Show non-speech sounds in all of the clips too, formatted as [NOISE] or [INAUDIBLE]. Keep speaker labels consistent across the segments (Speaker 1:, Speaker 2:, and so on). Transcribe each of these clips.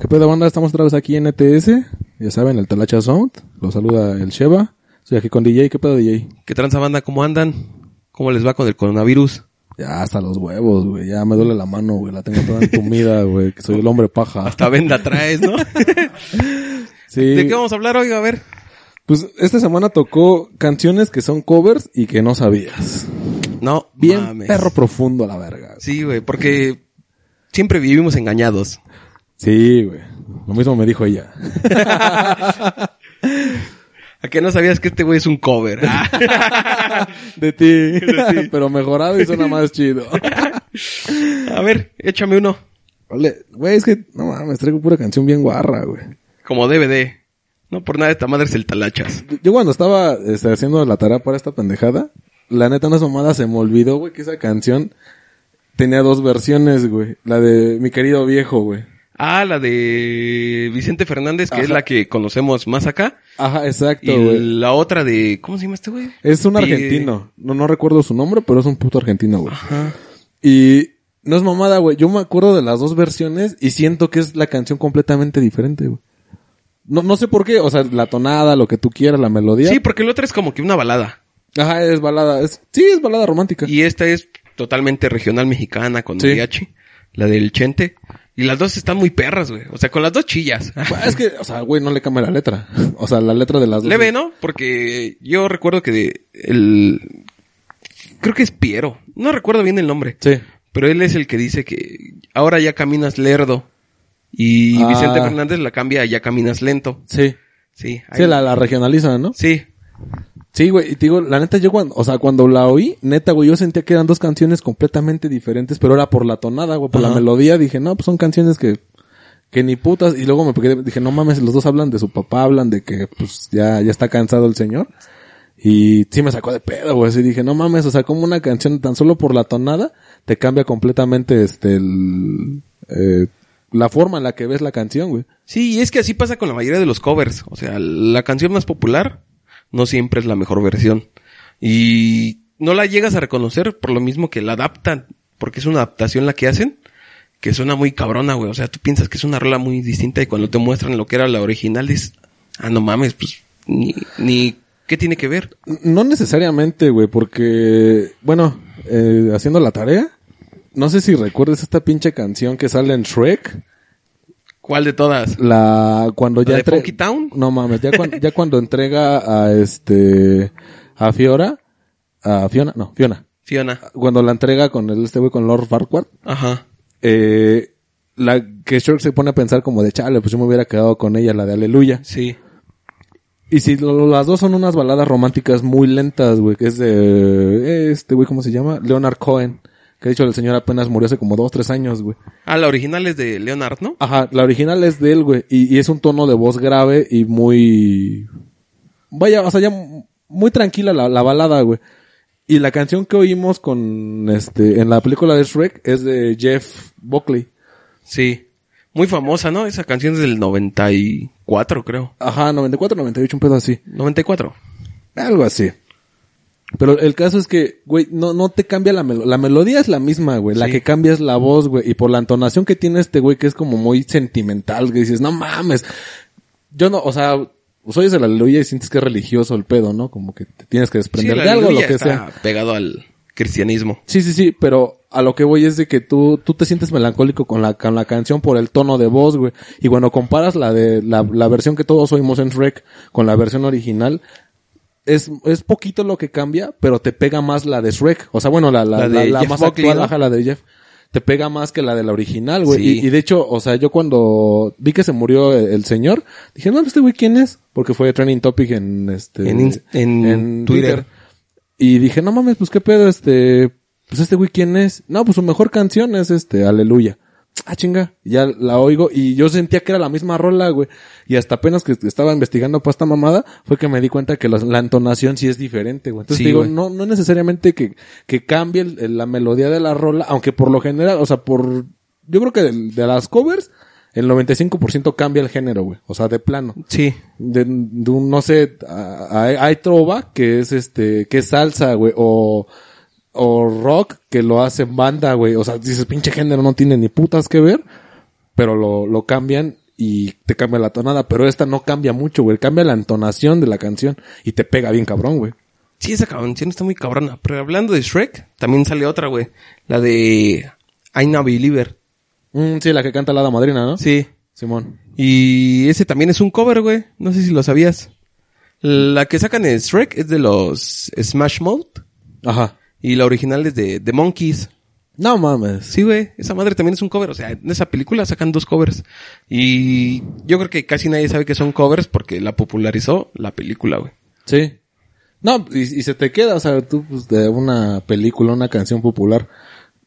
Speaker 1: ¿Qué pedo, banda? Estamos otra vez aquí en ETS. Ya saben, el Talacha Sound. Los saluda el Sheva. Estoy aquí con DJ. ¿Qué pedo, DJ?
Speaker 2: ¿Qué tranza banda? ¿Cómo andan? ¿Cómo les va con el coronavirus?
Speaker 1: Ya hasta los huevos, güey. Ya me duele la mano, güey. La tengo toda entumida, [LAUGHS] güey. Que soy el hombre paja.
Speaker 2: Hasta venda traes, ¿no? ¿De
Speaker 1: Sí.
Speaker 2: qué vamos a hablar hoy? A ver.
Speaker 1: Pues esta semana tocó canciones que son covers y que no sabías.
Speaker 2: No,
Speaker 1: Bien
Speaker 2: mames.
Speaker 1: perro profundo a la verga.
Speaker 2: Sí, güey, porque siempre vivimos engañados.
Speaker 1: Sí, güey. Lo mismo me dijo
Speaker 2: [LAUGHS]
Speaker 1: ella.
Speaker 2: ¿A que no sabías que este güey es un cover? Ah,
Speaker 1: De [LAUGHS] ti. Pero mejorado y suena más
Speaker 2: [LAUGHS]
Speaker 1: chido.
Speaker 2: a ver, échame uno.
Speaker 1: Vale. Güey, es que no mames, traigo pura canción bien guarra, güey.
Speaker 2: Como DVD. No por nada esta madre es el talachas.
Speaker 1: Yo cuando estaba este, haciendo la tarea para esta pendejada, la neta no es mamada, se me olvidó, güey, que esa canción tenía dos versiones, güey. La de mi querido viejo, güey.
Speaker 2: Ah, la de Vicente Fernández, que es
Speaker 1: Ajá.
Speaker 2: la que conocemos más acá.
Speaker 1: Ajá,
Speaker 2: Y
Speaker 1: exacto, güey.
Speaker 2: la otra de... ¿Cómo se llama este güey?
Speaker 1: Es un
Speaker 2: Pie-
Speaker 1: argentino. No, no recuerdo su nombre, pero es un puto argentino, güey. Y no es mamada, güey. Yo me acuerdo de las dos versiones y siento que es la canción completamente diferente, güey. No, no sé por qué, o sea, la tonada, lo que tú quieras, la melodía.
Speaker 2: Sí, porque la otra es como que una balada.
Speaker 1: Ajá, es balada. Es, sí, es balada romántica.
Speaker 2: Y esta es totalmente regional mexicana con
Speaker 1: Sí.
Speaker 2: mariachi. La del Chente. Y las dos están muy perras, güey. O sea, con las dos chillas.
Speaker 1: Bueno, Pues, Es que, o sea, güey, no le cambia la letra. O sea, la letra de las dos.
Speaker 2: [LAUGHS] Leve, ¿no? Porque yo recuerdo que de- el... Creo que es Piero. No recuerdo bien el nombre.
Speaker 1: Sí.
Speaker 2: Pero él es el que dice que ahora ya caminas lerdo. Y
Speaker 1: Ah.
Speaker 2: Vicente Fernández la cambia a ya caminas lento.
Speaker 1: Sí.
Speaker 2: Sí. ahí-
Speaker 1: Sí, la, la regionalizan, ¿no?
Speaker 2: Sí.
Speaker 1: Sí, güey. Y te digo, la neta, yo cuando, o sea, cuando la oí, neta, güey, yo sentía que eran dos canciones completamente diferentes, pero era por la tonada, güey, por la
Speaker 2: Ajá.
Speaker 1: melodía. Dije, no, pues son canciones que, que ni putas. Y luego me quedé, dije, no mames, los dos hablan de su papá, hablan de que, pues, ya, ya está cansado el señor. Y sí me sacó de pedo, güey. Así dije, no mames, o sea, como una canción tan solo por la tonada te cambia completamente, este, el, eh, la forma en la que ves la canción, güey.
Speaker 2: Sí, y es que así pasa con la mayoría de los covers. O sea, la canción más popular no siempre es la mejor versión. Y no la llegas a reconocer por lo mismo que la adaptan, porque es una adaptación la que hacen, que suena muy cabrona, güey. O sea, tú piensas que es una rola muy distinta y cuando te muestran lo que era la original dices, ah, no mames, pues ni, ni ¿qué tiene que ver?
Speaker 1: No necesariamente, güey, porque, bueno, eh, haciendo la tarea, no sé si recuerdas esta pinche canción que sale en Shrek,
Speaker 2: ¿Cuál de todas?
Speaker 1: la cuando
Speaker 2: ¿La
Speaker 1: ya
Speaker 2: de
Speaker 1: entre-
Speaker 2: Funky Town?
Speaker 1: No mames, ya cuando, ya cuando entrega a este a Fiora, a Fiona, no, Fiona.
Speaker 2: Fiona.
Speaker 1: Cuando la entrega con el, este güey con Lord Farquaad,
Speaker 2: Ajá.
Speaker 1: eh, la que Shrek se pone a pensar como de chale, pues yo me hubiera quedado con ella, la de Aleluya.
Speaker 2: Sí.
Speaker 1: Y si lo- las dos son unas baladas románticas muy lentas, güey, que es de eh, este güey, ¿cómo se llama? Leonard Cohen, que de hecho el señor apenas murió hace como dos, tres años, güey.
Speaker 2: Ah, la original es de Leonard, ¿no?
Speaker 1: Ajá, la original es de él, güey, y, y es un tono de voz grave y muy... Vaya, o sea, ya muy tranquila la, la balada, güey. Y la canción que oímos con este en la película de Shrek es de Jeff Buckley.
Speaker 2: Sí. Muy famosa, ¿no? Esa canción es del 94, creo.
Speaker 1: Ajá, 94, 98, un pedo así.
Speaker 2: 94.
Speaker 1: Algo así. Pero el caso es que, güey, no, no te cambia la melodía. La melodía es la misma, güey. La
Speaker 2: Sí.
Speaker 1: que cambia es la voz, güey. Y por la entonación que tiene este güey, que es como muy sentimental, que dices, no mames. Yo no, o sea, oyes el aleluya y sientes que es religioso el pedo, ¿no? Como que te tienes que desprender
Speaker 2: la
Speaker 1: de algo, lo
Speaker 2: aleluya
Speaker 1: que
Speaker 2: está
Speaker 1: sea.
Speaker 2: Pegado al cristianismo.
Speaker 1: Sí, sí, sí, pero a lo que voy es de que tú, tú te sientes melancólico con la, con la canción por el tono de voz, güey. Y cuando comparas la de, la, la versión que todos oímos en Shrek con la versión original, es, es poquito lo que cambia, pero te pega más la de Shrek. O sea, bueno, la, la,
Speaker 2: La de
Speaker 1: la- la
Speaker 2: Jeff
Speaker 1: más
Speaker 2: Buckley,
Speaker 1: actual,
Speaker 2: ¿no?
Speaker 1: ajá, la de Jeff. te pega más que la de la original, güey.
Speaker 2: Sí.
Speaker 1: Y, y de hecho, o sea, yo cuando vi que se murió el, el señor, dije, no, este güey, ¿quién es? Porque fue trending topic en este.
Speaker 2: En ins- en Twitter.
Speaker 1: Y dije, no mames, pues qué pedo, este. Pues este güey, ¿quién es? No, pues su mejor canción es este, Aleluya. Ah, chinga. Y Ya la oigo y yo sentía que era la misma rola, güey. Y hasta apenas que estaba investigando para esta mamada, fue que me di cuenta que las- la entonación sí es diferente, güey. Entonces
Speaker 2: Sí,
Speaker 1: digo,
Speaker 2: güey.
Speaker 1: no, no necesariamente que, que cambie el- el- la melodía de la rola, aunque por lo general, o sea, por, yo creo que del- de, las covers, el 95% cambia el género, güey. O sea, de plano.
Speaker 2: Sí.
Speaker 1: De, de un, no sé, a- hay, hay trova que es este, que es salsa, güey, o, o rock que lo hacen banda, güey. O sea, dices, pinche género no tiene ni putas que ver, pero lo, lo cambian y te cambia la tonada, pero esta no cambia mucho, güey. Cambia la entonación de la canción y te pega bien cabrón, güey.
Speaker 2: Sí, esa canción está muy cabrona. Pero hablando de Shrek, también sale otra, güey. La de I'm a Believer.
Speaker 1: Mm, sí, la que canta la hada madrina, ¿no?
Speaker 2: Sí.
Speaker 1: Simón.
Speaker 2: Y ese también es un cover, güey. No sé si lo sabías. La que sacan en Shrek es de los Smash Mouth.
Speaker 1: Ajá.
Speaker 2: Y la original es de The Monkeys.
Speaker 1: No mames.
Speaker 2: Sí, güey. Esa madre también es un cover. O sea, en esa película sacan dos covers. Y yo creo que casi nadie sabe que son covers porque la popularizó la película, güey.
Speaker 1: Sí. No, y, y se te queda, o sea, tú pues, de una película, una canción popular,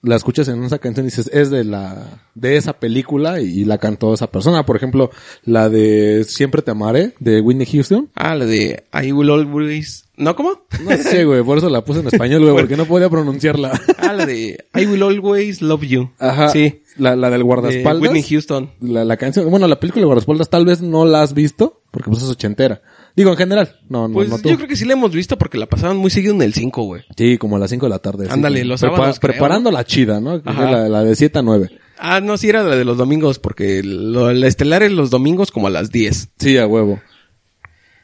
Speaker 1: la escuchas en esa canción y dices, es de la, de esa película y, y la cantó esa persona. Por ejemplo, la de Siempre te amaré, de Whitney Houston.
Speaker 2: Ah, la de I Will Always... ¿No? ¿Cómo?
Speaker 1: No
Speaker 2: [LAUGHS]
Speaker 1: sé, güey, por eso la puse en español, güey, porque no podía pronunciarla.
Speaker 2: Ah, la de I Will Always Love You.
Speaker 1: Ajá.
Speaker 2: Sí.
Speaker 1: La, la del
Speaker 2: De
Speaker 1: guardaespaldas.
Speaker 2: Whitney Houston.
Speaker 1: la, la canción, bueno, la película de guardaespaldas tal vez no la has visto, porque pues es ochentera. Digo, en general, no, no,
Speaker 2: Pues
Speaker 1: no tú.
Speaker 2: yo creo que sí la hemos visto porque la pasaban muy seguido en el 5, güey.
Speaker 1: Sí, como a las 5 de la tarde. sí.
Speaker 2: Ándale, los sábados, creo.
Speaker 1: Preparando la chida, ¿no? Que
Speaker 2: Ajá.
Speaker 1: es La, la de 7 a 9.
Speaker 2: Ah, no, sí era la de los domingos porque lo- la estelar es los domingos como a las 10.
Speaker 1: Sí, a huevo.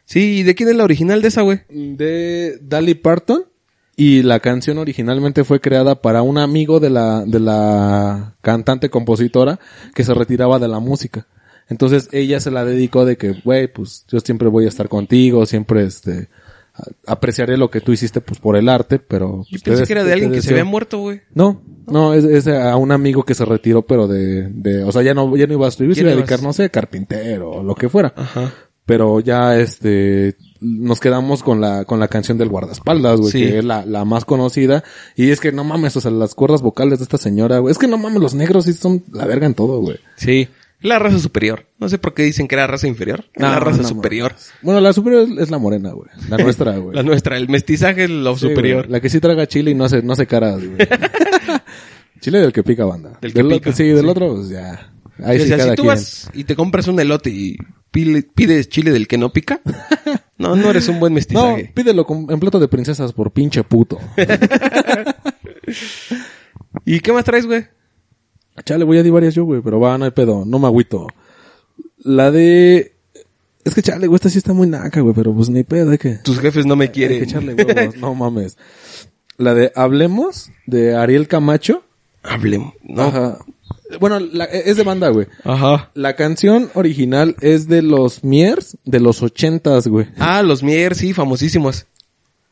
Speaker 2: Sí, ¿y de quién es la original de esa, güey?
Speaker 1: De Dali Parton. Y la canción originalmente fue creada para un amigo de la, de la cantante compositora que se retiraba de la música. Entonces ella se la dedicó de que, güey, pues yo siempre voy a estar contigo, siempre este, a- apreciaré lo que tú hiciste pues por el arte, pero...
Speaker 2: Yo
Speaker 1: pues,
Speaker 2: pensé
Speaker 1: te-
Speaker 2: que era de
Speaker 1: te-
Speaker 2: alguien
Speaker 1: te
Speaker 2: que se
Speaker 1: deseo-
Speaker 2: había muerto, güey.
Speaker 1: No, no, es, es a un amigo que se retiró, pero de, de o sea, ya no, ya no iba a escribir, se
Speaker 2: Ya
Speaker 1: iba a
Speaker 2: no ibas-
Speaker 1: dedicar, no sé, carpintero o lo que fuera.
Speaker 2: Ajá.
Speaker 1: Pero ya, este, nos quedamos con la, con la canción del guardaespaldas, güey,
Speaker 2: Sí.
Speaker 1: que es la, la más conocida. Y es que no mames, o sea, las cuerdas vocales de esta señora, güey, es que no mames, los negros sí son la verga en todo, güey.
Speaker 2: Sí. La raza superior. No sé por qué dicen que era raza inferior.
Speaker 1: No,
Speaker 2: la raza
Speaker 1: no
Speaker 2: superior.
Speaker 1: mames. Bueno, la superior es, es la morena, güey.
Speaker 2: [LAUGHS]
Speaker 1: La nuestra, güey.
Speaker 2: La nuestra. El mestizaje es lo
Speaker 1: Sí, güey,
Speaker 2: superior.
Speaker 1: La que sí traga chile y no hace, no hace caras,
Speaker 2: [LAUGHS]
Speaker 1: güey. chile del que pica, banda.
Speaker 2: Del que
Speaker 1: o-
Speaker 2: pica,
Speaker 1: sí, del
Speaker 2: sí.
Speaker 1: otro, pues ya. Ahí
Speaker 2: o
Speaker 1: sí
Speaker 2: sea,
Speaker 1: cada
Speaker 2: si tú
Speaker 1: quien.
Speaker 2: vas y te compras un elote y pile- pides chile del que
Speaker 1: [LAUGHS]
Speaker 2: no pica, no, no eres un buen
Speaker 1: No,
Speaker 2: mestizaje.
Speaker 1: pídelo con- en plato de princesas por pinche
Speaker 2: [LAUGHS]
Speaker 1: puto.
Speaker 2: ¿Y qué más traes, güey?
Speaker 1: Chale, voy a di varias yo, güey, pero va, no hay pedo, no me agüito. La de... Es que chale, güey, esta sí está muy naca, güey, pero pues ni pedo, hay que...
Speaker 2: Tus jefes no me
Speaker 1: Hay que
Speaker 2: quieren.
Speaker 1: echarle huevos, no mames. La de Hablemos, de Ariel Camacho.
Speaker 2: Hablemos. No. Ajá.
Speaker 1: Ajá. Bueno, la- es de banda, güey. La canción original es de los Miers de los ochentas, güey.
Speaker 2: Ah, los Mier, sí, famosísimos.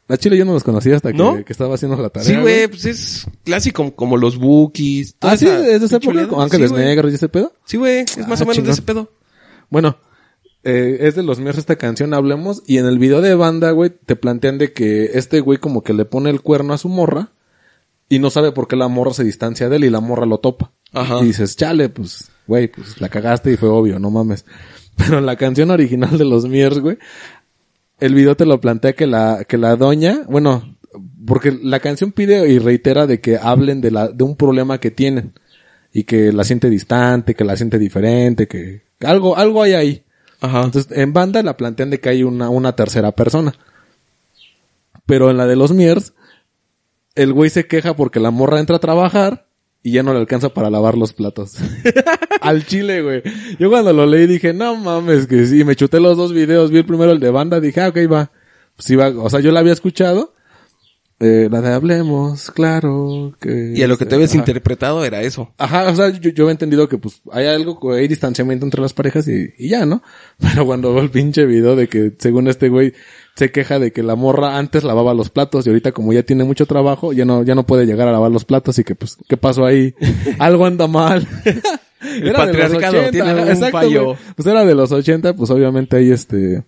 Speaker 1: La chile yo no los conocía hasta que,
Speaker 2: ¿No?
Speaker 1: que estaba haciendo la tarea.
Speaker 2: Sí, güey, pues es clásico como los Bookies. toda
Speaker 1: Ah, sí,
Speaker 2: esa
Speaker 1: es de esa época,
Speaker 2: chulada.
Speaker 1: con Ángeles
Speaker 2: Sí, güey.
Speaker 1: Negros y ese pedo.
Speaker 2: Sí, güey, es más
Speaker 1: Ah,
Speaker 2: o menos
Speaker 1: chingón.
Speaker 2: de ese pedo.
Speaker 1: Bueno, eh, es de los Miers esta canción, hablemos. Y en el video de banda, güey, te plantean de que este güey como que le pone el cuerno a su morra y no sabe por qué la morra se distancia de él y la morra lo topa.
Speaker 2: Ajá.
Speaker 1: Y dices, chale, pues, güey, pues la cagaste y fue obvio, no mames. [LAUGHS] Pero en la canción original de los Miers, güey, el video te lo plantea que la, que la doña, bueno, porque la canción pide y reitera de que hablen de la, de un problema que tienen y que la siente distante, que la siente diferente, que algo, algo hay ahí.
Speaker 2: Ajá.
Speaker 1: Entonces, en banda la plantean de que hay una, una tercera persona. Pero en la de los Miers, el güey se queja porque la morra entra a trabajar y ya no le alcanza para lavar los
Speaker 2: [LAUGHS]
Speaker 1: platos. Al chile, güey. Yo cuando lo leí dije, no mames, que sí, me chuté los dos videos, vi el primero el de banda, dije, ah, ok, va. Pues iba, o sea, yo la había escuchado eh, la de hablemos, claro. Que,
Speaker 2: Y a lo que te
Speaker 1: ves
Speaker 2: habías interpretado era eso.
Speaker 1: Ajá, o sea, yo, yo he entendido que pues hay algo, que hay distanciamiento entre las parejas y, y ya, ¿no? [LAUGHS] Pero cuando veo el pinche video de que según este güey se queja de que la morra antes lavaba los platos y ahorita como ya tiene mucho trabajo, ya no, ya no puede llegar a lavar los platos y que pues, ¿qué pasó ahí?
Speaker 2: [LAUGHS]
Speaker 1: algo anda mal. [LAUGHS]
Speaker 2: El patriarcado tiene
Speaker 1: ajá, [LAUGHS]
Speaker 2: un
Speaker 1: exacto,
Speaker 2: fallo.
Speaker 1: güey. Pues era de los 80, pues obviamente ahí este...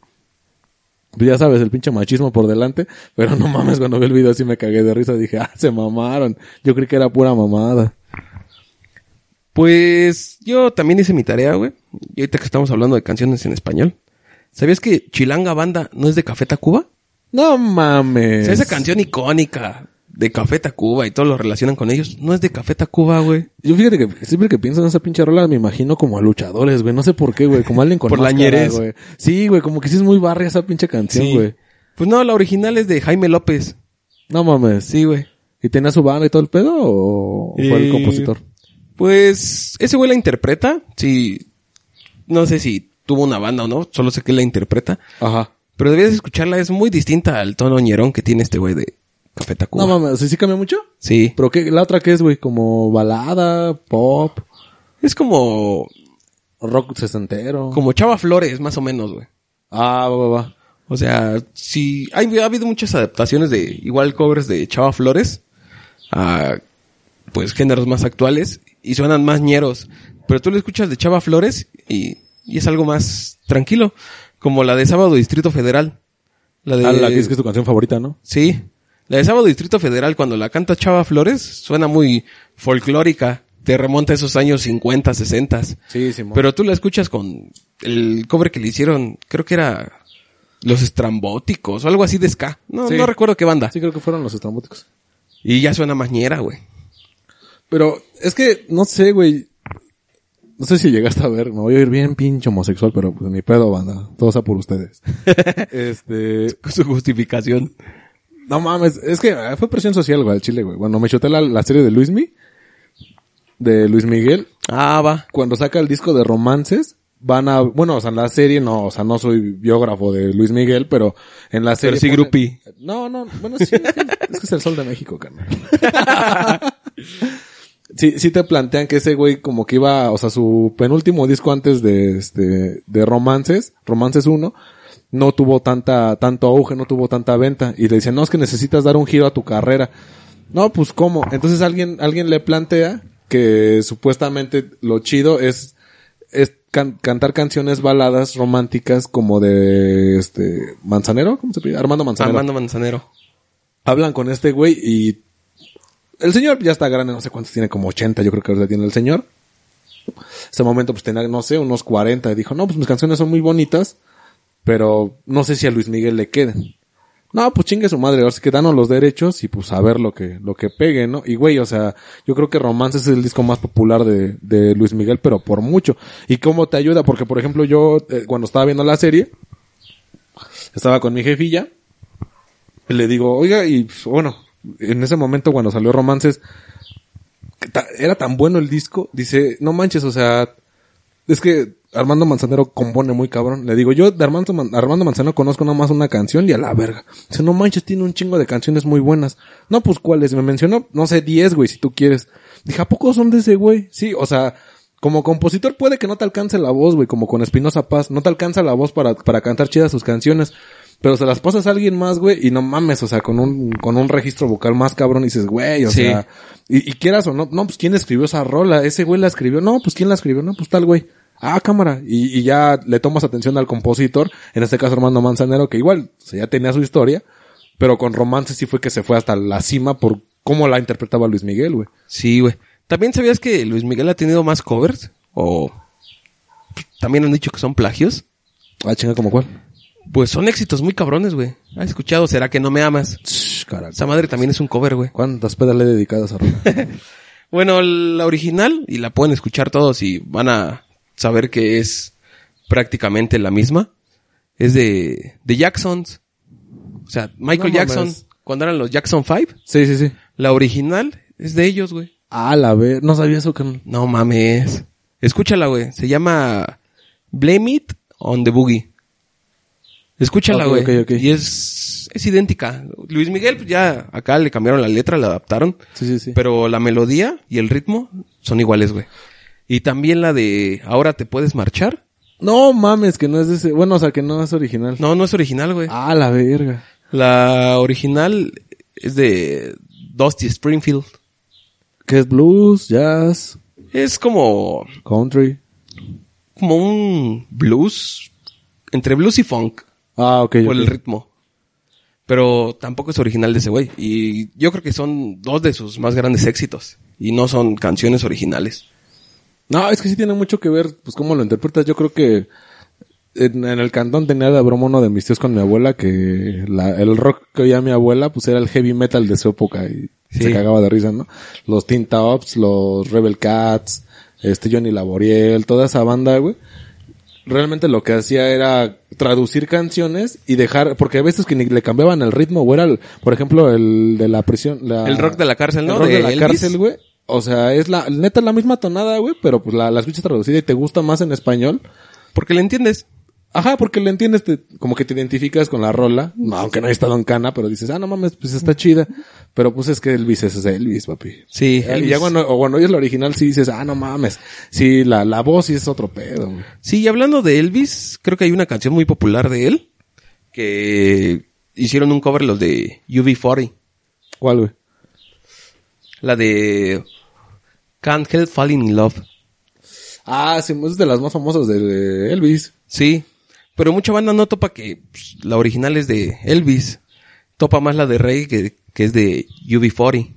Speaker 1: Pues ya sabes, el pinche machismo por delante, pero no mames, cuando vi el video así me cagué de risa, dije, ah, se mamaron. Yo creí que era pura mamada.
Speaker 2: Pues yo también hice mi tarea, güey. Y ahorita que estamos hablando de canciones en español. ¿Sabías que Chilanga Banda no es de Café Tacuba?
Speaker 1: No
Speaker 2: O
Speaker 1: mames.
Speaker 2: sea, esa canción icónica de Café Tacuba y todos lo relacionan con ellos. No es de Café Tacuba, güey.
Speaker 1: Yo fíjate que siempre que pienso en esa pinche rola me imagino como a luchadores, güey. No sé por qué, güey. Como alguien con
Speaker 2: Por
Speaker 1: máscara,
Speaker 2: lañerez.
Speaker 1: güey. Sí, güey. Como que sí es muy barria esa pinche canción, güey.
Speaker 2: Pues no, la original es de Jaime López.
Speaker 1: No mames.
Speaker 2: Sí, güey.
Speaker 1: ¿Y tenía su banda y todo el pedo o o fue el
Speaker 2: Eh,
Speaker 1: compositor?
Speaker 2: Pues ese güey la interpreta. Sí. No sé si tuvo una banda o no. Solo sé que la interpreta.
Speaker 1: Ajá.
Speaker 2: Pero debías escucharla. Es muy distinta al tono ñerón que tiene este güey de Café Tacuba.
Speaker 1: No mames. ¿Sí, sí cambió mucho?
Speaker 2: Sí.
Speaker 1: ¿Pero qué? ¿La otra qué es, güey? ¿Como balada, pop,
Speaker 2: Es como,
Speaker 1: rock sesentero?
Speaker 2: como Chava Flores, más o menos, güey.
Speaker 1: Ah, va, va, va.
Speaker 2: O sea, sí, hay, ha habido muchas adaptaciones de igual covers de Chava Flores a pues géneros más actuales y suenan más ñeros, pero tú lo escuchas de Chava Flores y, y es algo más tranquilo, como la de Sábado Distrito Federal. La de
Speaker 1: Ah, la que es que es tu canción favorita, ¿no?
Speaker 2: Sí. La de Sábado Distrito Federal cuando la canta Chava Flores suena muy folclórica, te remonta a esos años 50, 60.
Speaker 1: Sí, Simón.
Speaker 2: Pero tú la escuchas con el cover que le hicieron, creo que era Los Estrambóticos o algo así de ska. No,
Speaker 1: Sí.
Speaker 2: no recuerdo qué banda.
Speaker 1: Sí creo que fueron los estrambóticos.
Speaker 2: Y ya suena mañera, güey. [LAUGHS]
Speaker 1: Pero es que, no sé, güey. No sé si llegaste a ver, me voy a ir bien pinche homosexual, pero pues ni pedo, banda. Todo sea por
Speaker 2: [LAUGHS]
Speaker 1: ustedes. este,
Speaker 2: Con su justificación.
Speaker 1: no mames, es que eh, fue presión social, güey, al chile, güey. Cuando me chuté la, la serie de Luismi, de Luis Miguel,
Speaker 2: Ah, va.
Speaker 1: cuando saca el disco de romances, van a, bueno, o sea, en la serie no, o sea, no soy biógrafo de Luis Miguel, pero en la serie.
Speaker 2: Pero sí
Speaker 1: pone-
Speaker 2: grupi.
Speaker 1: No, no, bueno, sí, es que es que es el sol de México, carnal. Sí, sí te plantean que ese güey como que iba, o sea, su penúltimo disco antes de este, de Romances, Romances 1, no tuvo tanta, tanto auge, no tuvo tanta venta. Y le dicen, no, es que necesitas dar un giro a tu carrera. No, pues cómo. Entonces alguien, alguien le plantea que supuestamente lo chido es, es can- cantar canciones baladas románticas como de, este, Manzanero, ¿cómo se pide? Armando Manzanero
Speaker 2: Armando Ah, Manzanero.
Speaker 1: hablan con este güey y el señor ya está grande, no sé cuántos tiene, como 80, yo creo que ahorita tiene el señor. Este momento pues tenía, no sé, unos 40 y dijo, no, pues mis canciones son muy bonitas, pero no sé si a Luis Miguel le queden. No, pues chingue su madre, ahora sí que danos los derechos y pues a ver lo que, lo que pegue, ¿no? Y güey, o sea, yo creo que Romance es el disco más popular de, de Luis Miguel, pero por mucho. ¿Y cómo te ayuda? Porque por ejemplo yo, eh, cuando estaba viendo la serie, estaba con mi jefilla, y le digo, oiga, y pues, bueno, en ese momento cuando salió Romances, que ta- era tan bueno el disco, dice, no manches, o sea, es que Armando Manzanero compone muy cabrón. Le digo, yo de Armando, Man- Armando Manzanero conozco nada más una canción y a la verga. Dice, no manches, tiene un chingo de canciones muy buenas. No, pues cuáles, me mencionó, no sé, 10, güey, si tú quieres. Dije, ¿a poco son de ese güey? Sí, o sea, como compositor puede que no te alcance la voz, güey, como con Espinosa Paz, no te alcanza la voz para, para cantar chidas sus canciones. Pero se las pasas a alguien más, güey, y no mames, o sea, con un, con un registro vocal más cabrón, y dices, güey, o
Speaker 2: Sí.
Speaker 1: sea, y, y quieras o no, no, pues quién escribió esa rola, ese güey la escribió, no, pues quién la escribió, no, pues tal güey. Ah, cámara. Y, y ya le tomas atención al compositor, en este caso Armando Manzanero, que igual, o sea, ya tenía su historia, pero con romance sí fue que se fue hasta la cima por cómo la interpretaba Luis Miguel, güey.
Speaker 2: Sí, güey. ¿También sabías que Luis Miguel ha tenido más covers? ¿O también han dicho que son plagios?
Speaker 1: Ah, chinga, ¿como cuál?
Speaker 2: Pues son éxitos muy cabrones, güey. ¿Has escuchado? ¿Será que no me amas?
Speaker 1: Shh, carajo.
Speaker 2: Esa madre también es un cover, güey.
Speaker 1: ¿Cuántas pedas le he dedicado a esa rola?
Speaker 2: Bueno, la original, y la pueden escuchar todos y van a saber que es prácticamente la misma, es de, de Jacksons. O sea, Michael
Speaker 1: No mames.
Speaker 2: Jackson, cuando eran los Jackson 5,
Speaker 1: sí, sí, sí.
Speaker 2: la original es de ellos, güey.
Speaker 1: Ah, la ver, no sabía eso que...
Speaker 2: No mames. Escúchala, güey. Se llama Blame It on the Boogie. Escúchala,
Speaker 1: Ok,
Speaker 2: güey.
Speaker 1: ok, ok.
Speaker 2: Y es, es idéntica. Luis Miguel, pues ya acá le cambiaron la letra, la adaptaron.
Speaker 1: Sí, sí, sí.
Speaker 2: Pero la melodía y el ritmo son iguales, güey. Y también la de Ahora te puedes marchar.
Speaker 1: No mames, que no es de ese. Bueno, o sea, que no es original.
Speaker 2: No, no es original, güey.
Speaker 1: Ah, la verga.
Speaker 2: La original es de Dusty Springfield.
Speaker 1: Que es blues, jazz,
Speaker 2: Es como,
Speaker 1: country.
Speaker 2: como un blues, entre blues y funk,
Speaker 1: Ah, ok.
Speaker 2: por
Speaker 1: ok.
Speaker 2: el ritmo. Pero tampoco es original de ese güey. Y yo creo que son dos de sus más grandes éxitos. Y no son canciones originales.
Speaker 1: No, es que sí tiene mucho que ver, pues, cómo lo interpretas. Yo creo que en, en el cantón tenía de broma uno de mis tíos con mi abuela que la- el rock que oía mi abuela, pues, era el heavy metal de su época y
Speaker 2: Sí.
Speaker 1: se cagaba de risa, ¿no? Los Teen Tops, los Rebel Cats, este Johnny Laboriel, toda esa banda, güey. Realmente lo que hacía era traducir canciones y dejar, porque a veces que ni le cambiaban el ritmo, güey, era, el- por ejemplo, el de la prisión, la-
Speaker 2: El rock de la cárcel, ¿no?
Speaker 1: El rock de,
Speaker 2: De
Speaker 1: la
Speaker 2: Elvis.
Speaker 1: cárcel, güey. O sea, es la, neta, la misma tonada, güey, pero pues la, la escuchas traducida y te gusta más en español.
Speaker 2: Porque le entiendes.
Speaker 1: Ajá, porque le entiendes, te- como que te identificas con la rola. No, aunque no hayas estado en cana, pero dices, ah, no mames, pues está chida. Pero pues es que Elvis es ese Elvis, papi.
Speaker 2: Sí,
Speaker 1: Eh, Y
Speaker 2: Elvis.
Speaker 1: ya cuando, o cuando oyes la original, sí dices, ah, no mames. Sí, la, la voz sí es otro pedo, güey.
Speaker 2: Sí, y hablando de Elvis, creo que hay una canción muy popular de él que hicieron un cover los de UB40.
Speaker 1: ¿Cuál, güey?
Speaker 2: La de Can't Help Falling in Love.
Speaker 1: Ah, sí, es de las más famosas de, de Elvis.
Speaker 2: Sí, pero mucha banda no topa que pues, la original es de Elvis. Topa más la de Rey que, que es de UB40.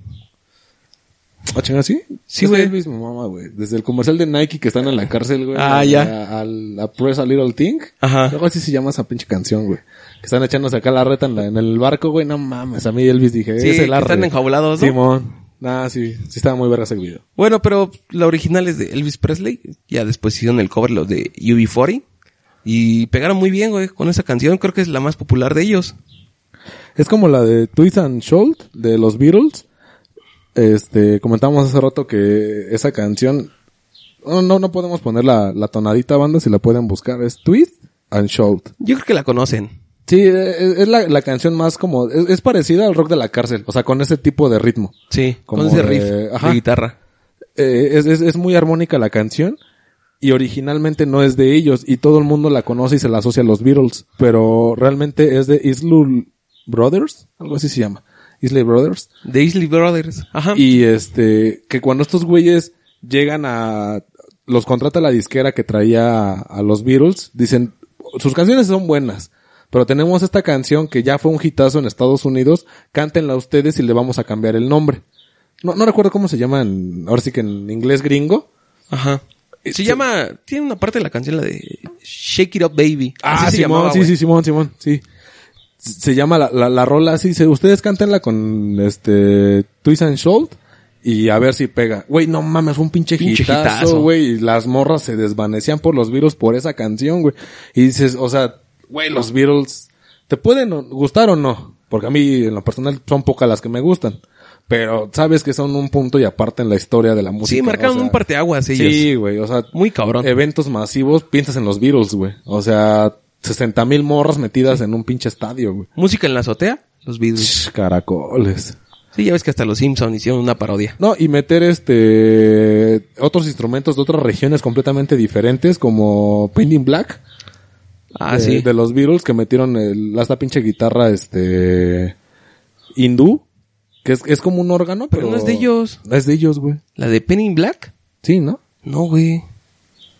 Speaker 1: ¿Ah, chinga, sí?
Speaker 2: Sí,
Speaker 1: Es
Speaker 2: güey.
Speaker 1: Elvis, mi mamá, güey. Desde el comercial de Nike que están en la cárcel, güey.
Speaker 2: Ah,
Speaker 1: a-
Speaker 2: ya.
Speaker 1: A, a, a Press a Little Thing.
Speaker 2: Ajá.
Speaker 1: Luego así se llama esa pinche canción, güey. Que están echándose acá la reta en, la- en el barco, güey. No mames, a mí Elvis dije,
Speaker 2: Sí,
Speaker 1: es el
Speaker 2: que
Speaker 1: arre.
Speaker 2: están enjaulados, ¿no?
Speaker 1: Simón. Nah, sí, sí estaba muy verga ese video.
Speaker 2: Bueno, pero la original es de Elvis Presley. Ya después hicieron el cover los de UB40. Y pegaron muy bien, güey, con esa canción. Creo que es la más popular de ellos.
Speaker 1: Es como la de Twist and Shout de los Beatles. Este, comentábamos hace rato que esa canción, no, no, no podemos poner la, la tonadita banda si la pueden buscar. Es Twist and Shout.
Speaker 2: Yo creo que la conocen.
Speaker 1: Sí, e, es, es la, la canción más como... Es, es parecida al rock de la cárcel, o sea, con ese tipo de ritmo.
Speaker 2: Sí,
Speaker 1: Como
Speaker 2: con ese
Speaker 1: de-
Speaker 2: riff de,
Speaker 1: ajá.
Speaker 2: guitarra.
Speaker 1: Eh, es, es, es muy armónica la canción y originalmente no es de ellos y todo el mundo la conoce y se la asocia a los Beatles, pero realmente es de Islul Brothers, algo así se llama, Isley Brothers.
Speaker 2: De Isley Brothers. Ajá.
Speaker 1: Y este, que cuando estos güeyes llegan a, los contrata la disquera que traía a, a los Beatles, dicen, sus canciones son buenas, pero tenemos esta canción que ya fue un hitazo en Estados Unidos, cántenla ustedes y le vamos a cambiar el nombre. No, no recuerdo cómo se llama en, ahora sí que en inglés gringo.
Speaker 2: Ajá. Se
Speaker 1: Sí.
Speaker 2: llama, tiene una parte de la canción la de Shake It Up Baby.
Speaker 1: Ah,
Speaker 2: Así se
Speaker 1: Simón,
Speaker 2: llamaba,
Speaker 1: sí,
Speaker 2: güey.
Speaker 1: sí, Simón, Simón, sí. Se llama la, la, la rola así, se- ustedes cántenla con este Twist and Shout y a ver si pega. Güey, no mames, fue un pinche,
Speaker 2: Pinche
Speaker 1: hitazo,
Speaker 2: hitazo.
Speaker 1: güey, y las morras se desvanecían por los Beatles por esa canción, güey. Y dices, o sea, güey, los Beatles te pueden o- gustar o no, porque a mí en lo personal son pocas las que me gustan, pero sabes que son un punto y aparte en la historia de la música.
Speaker 2: Sí,
Speaker 1: o
Speaker 2: marcaron
Speaker 1: sea,
Speaker 2: un parteaguas ellos.
Speaker 1: Sí, Eh, güey, o sea,
Speaker 2: Muy cabrón.
Speaker 1: Eventos masivos, piensas en los Beatles, güey. O sea, 60 mil morras metidas en un pinche estadio, güey.
Speaker 2: Música en la azotea, los Beatles.
Speaker 1: Ch, Caracoles.
Speaker 2: Sí, ya ves que hasta los Simpsons hicieron una parodia.
Speaker 1: No, y meter este otros instrumentos de otras regiones completamente diferentes, como Painting Black,
Speaker 2: Ah,
Speaker 1: de,
Speaker 2: sí.
Speaker 1: de los Beatles, que metieron el, esta pinche guitarra este hindú, que es, es como un órgano, pero,
Speaker 2: Pero no es de ellos.
Speaker 1: Es de ellos, güey.
Speaker 2: ¿La de Penny in Black?
Speaker 1: Sí, ¿no?
Speaker 2: No, güey.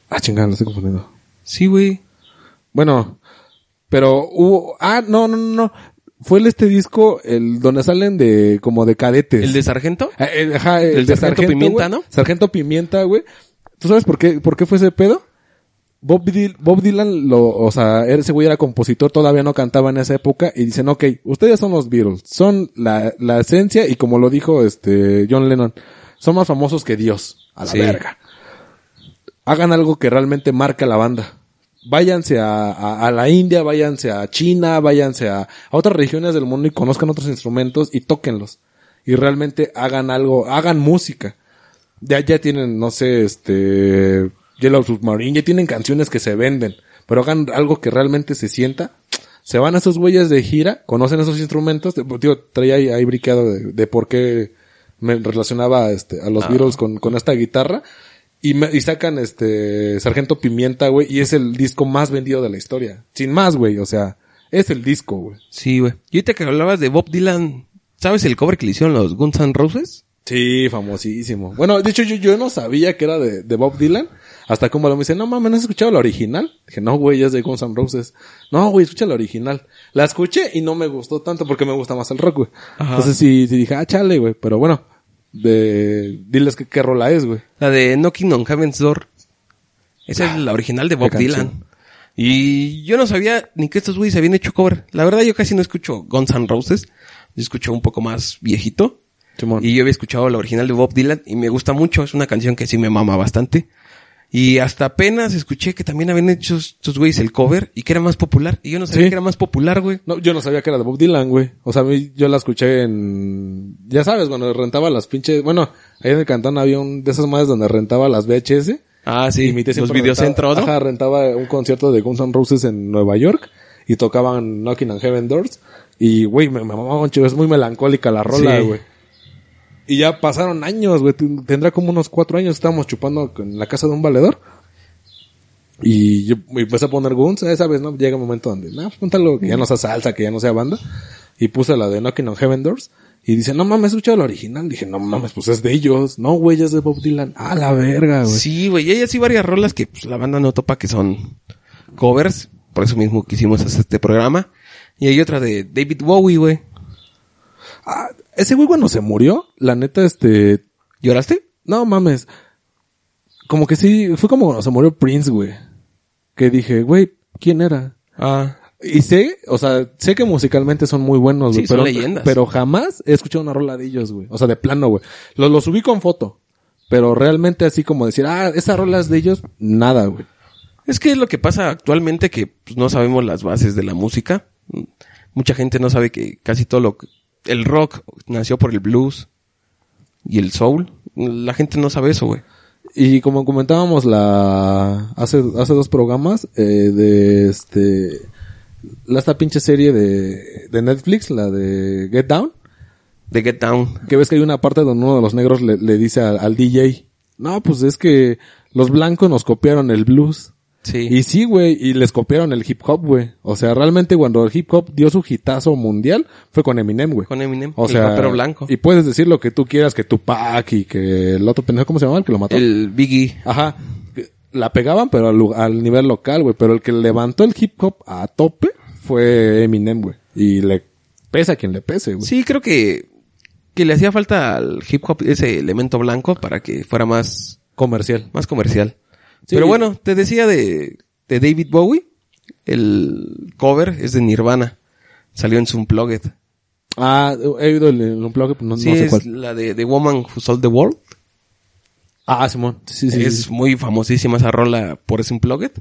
Speaker 1: Ah, chingada, lo estoy confundiendo.
Speaker 2: Sí, güey.
Speaker 1: Bueno, pero hubo... Ah, no, no, no, no. Fue el este disco, el donde salen de, como de cadetes.
Speaker 2: ¿El de Sargento?
Speaker 1: Ah, el- ajá, el,
Speaker 2: el
Speaker 1: de
Speaker 2: de Sargento Pimienta,
Speaker 1: güey.
Speaker 2: ¿no?
Speaker 1: Sargento Pimienta, güey. ¿Tú sabes por qué, por qué fue ese pedo? Bob, Dil- Bob Dylan, lo, o sea, ese güey era compositor, todavía no cantaba en esa época, y dicen, ok, ustedes son los Beatles, son la, la esencia, y como lo dijo este John Lennon, son más famosos que Dios, a la
Speaker 2: Sí.
Speaker 1: verga. Hagan algo que realmente marque a la banda. Váyanse a, a- a la India, váyanse a China, váyanse a, a otras regiones del mundo y conozcan otros instrumentos y tóquenlos. Y realmente hagan algo, hagan música ya, ya tienen, no sé, este, Yellow Submarine, ya tienen canciones que se venden, pero hagan algo que realmente se sienta. Se van a esos güeyes de gira, conocen esos instrumentos. te- Digo, traía ahí, ahí briqueado de, de por qué me relacionaba este, a los Beatles con, con esta guitarra. Y, me- y sacan este Sargento Pimienta, güey, y es el disco más vendido de la historia. Sin más, güey, o sea, es el disco, güey.
Speaker 2: Sí, güey. Y ahorita que hablabas de Bob Dylan, ¿sabes el cover que le hicieron los Guns N' Roses?
Speaker 1: Sí, famosísimo. Bueno, de hecho, yo, yo no sabía que era de, de Bob Dylan. Hasta como lo me dice, no mames, ¿no has escuchado la original? Dije, no, güey, es de Guns N' Roses. No, güey, escucha la original. La escuché y no me gustó tanto porque me gusta más el rock, güey.
Speaker 2: Ajá.
Speaker 1: Entonces sí, sí dije, ah, chale, güey. Pero bueno, de, diles que, qué rola es, güey.
Speaker 2: La de Knocking on Heaven's Door. Esa es la original de Bob
Speaker 1: Ah, qué
Speaker 2: Dylan.
Speaker 1: canción.
Speaker 2: Y yo no sabía ni que estos güeyes habían hecho cover. La verdad, yo casi no escucho Guns N' Roses. Yo escucho un poco más viejito.
Speaker 1: Simón.
Speaker 2: Y yo había escuchado la original de Bob Dylan y me gusta mucho. Es una canción que sí me mama bastante. Y hasta apenas escuché que también habían hecho estos güeyes el cover y que era más popular. Y yo no sabía
Speaker 1: Sí.
Speaker 2: que era más popular, güey.
Speaker 1: No, yo no sabía que era de Bob Dylan, güey. O sea, a mí- yo la escuché en... Ya sabes, cuando rentaba las pinches... Bueno, ahí en el cantón había un de esas madres donde rentaba las VHS.
Speaker 2: Ah, sí.
Speaker 1: y mi tía
Speaker 2: los
Speaker 1: siempre
Speaker 2: videocentros,
Speaker 1: rentaba,
Speaker 2: ¿no?
Speaker 1: ajá, rentaba un concierto de Guns N' Roses en Nueva York y tocaban Knocking on Heaven Doors. Y, güey, me, me mamaba mucho. Es muy melancólica la rola,
Speaker 2: Sí.
Speaker 1: güey. Y ya pasaron años, güey. ten- Tendrá como unos cuatro años. Estábamos chupando en la casa de un valedor. Y yo me empecé a poner Guns, esa vez, ¿no? Llega un momento donde, no, póntalo, que ya no sea salsa, que ya no sea banda. Y puse la de Knocking on Heaven Doors. Y dice, no mames, he escuchado la original. Dije, no mames, pues es de ellos. No, güey, es de Bob Dylan. Ah, la verga, güey.
Speaker 2: Sí, güey. Y hay así varias rolas que pues, la banda no topa que son covers. Por eso mismo quisimos hacer este programa. Y hay otra de David Bowie, güey.
Speaker 1: Ah, ese güey cuando se murió, la neta, este...
Speaker 2: ¿Lloraste?
Speaker 1: No mames. Como que sí, fue como cuando se murió Prince, güey. Que dije, güey, ¿quién era?
Speaker 2: Ah.
Speaker 1: Y sé, o sea, sé que musicalmente son muy buenos, güey.
Speaker 2: Sí, son
Speaker 1: pero,
Speaker 2: leyendas.
Speaker 1: pero jamás he escuchado una rola de ellos, güey. O sea, de plano, güey. Los, los subí con foto. Pero realmente así como decir, ah, esa rola es de ellos, nada, güey.
Speaker 2: Es que es lo que pasa actualmente que pues, no sabemos las bases de la música. Mm, Mucha gente no sabe que casi todo lo... que- El rock nació por el blues y el soul. La gente no sabe eso, güey.
Speaker 1: Y como comentábamos la hace, hace dos programas eh, de este la esta pinche serie de, de Netflix, la de Get Down,
Speaker 2: De Get Down.
Speaker 1: que ves que hay una parte donde uno de los negros le, le dice al, al DJ, no, pues es que los blancos nos copiaron el blues.
Speaker 2: Sí.
Speaker 1: Y sí, güey, y les copiaron el hip hop, güey. O sea, realmente cuando el hip hop dio su hitazo mundial fue con Eminem, güey.
Speaker 2: Con Eminem.
Speaker 1: O
Speaker 2: el
Speaker 1: sea,
Speaker 2: rapero blanco.
Speaker 1: y puedes decir lo que tú quieras, que Tupac y que el otro pendejo, ¿cómo se llamaba? El que lo mató.
Speaker 2: El Biggie.
Speaker 1: Ajá. La pegaban, pero al, lu- al nivel local, güey. Pero el que levantó el hip hop a tope fue Eminem, güey. Y le pesa a quien le pese, güey.
Speaker 2: Sí, creo que, que le hacía falta al hip hop ese elemento blanco para que fuera más,
Speaker 1: Comercial.
Speaker 2: más comercial.
Speaker 1: Sí.
Speaker 2: Pero bueno, te decía de, de David Bowie. El cover es de Nirvana. Salió en su Unplugged.
Speaker 1: Ah, he oído el, el unplugged, pero no,
Speaker 2: sí,
Speaker 1: no sé
Speaker 2: es
Speaker 1: cuál.
Speaker 2: la de The Woman Who Sold the World.
Speaker 1: Ah, Simón. Sí, sí, sí,
Speaker 2: es
Speaker 1: sí.
Speaker 2: muy famosísima esa rola por ese Unplugged.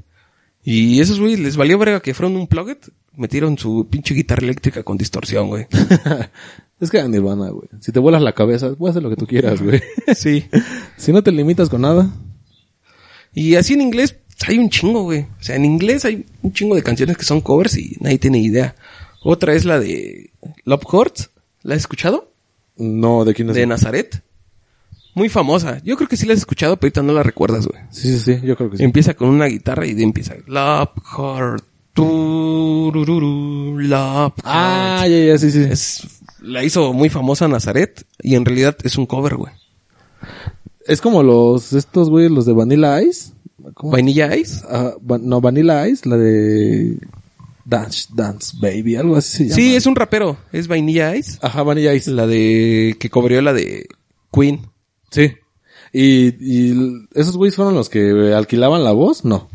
Speaker 2: Y esos güeyes les valió verga que fueron un Unplugged. Metieron su pinche guitarra eléctrica con distorsión, güey.
Speaker 1: [LAUGHS] es que Nirvana, güey. Si te vuelas la cabeza, puedes hacer lo que tú quieras,
Speaker 2: [LAUGHS]
Speaker 1: güey.
Speaker 2: [LAUGHS] sí.
Speaker 1: si no te limitas con nada.
Speaker 2: Y así en inglés pues, hay un chingo, güey. O sea, en inglés hay un chingo de canciones que son covers y nadie tiene idea. Otra es la de Love Hurts. ¿La has escuchado?
Speaker 1: No, ¿de quién es?
Speaker 2: De Nazaret. Muy famosa. Yo creo que sí la has escuchado, pero ahorita no la recuerdas, güey.
Speaker 1: Sí, sí, sí. Yo creo que Pues sí.
Speaker 2: Empieza con una guitarra y de empieza. Love Hurts. turururu, Love
Speaker 1: Ah,
Speaker 2: Hurts.
Speaker 1: ya, ya, sí, sí.
Speaker 2: Es, la hizo muy famosa Nazaret y en realidad es un cover, güey.
Speaker 1: Es como los, estos güeyes, los de Vanilla Ice. ¿Cómo
Speaker 2: Vainilla Ice.
Speaker 1: Ah, va- no, Vanilla Ice, la de Dance, Dance Baby, algo así se llama.
Speaker 2: Sí, es un rapero. Es Vainilla Ice.
Speaker 1: Ajá, Vanilla Ice.
Speaker 2: La de... que cobrió la de Queen.
Speaker 1: Sí. Y, y l- esos güeyes fueron los que eh, alquilaban la voz, no.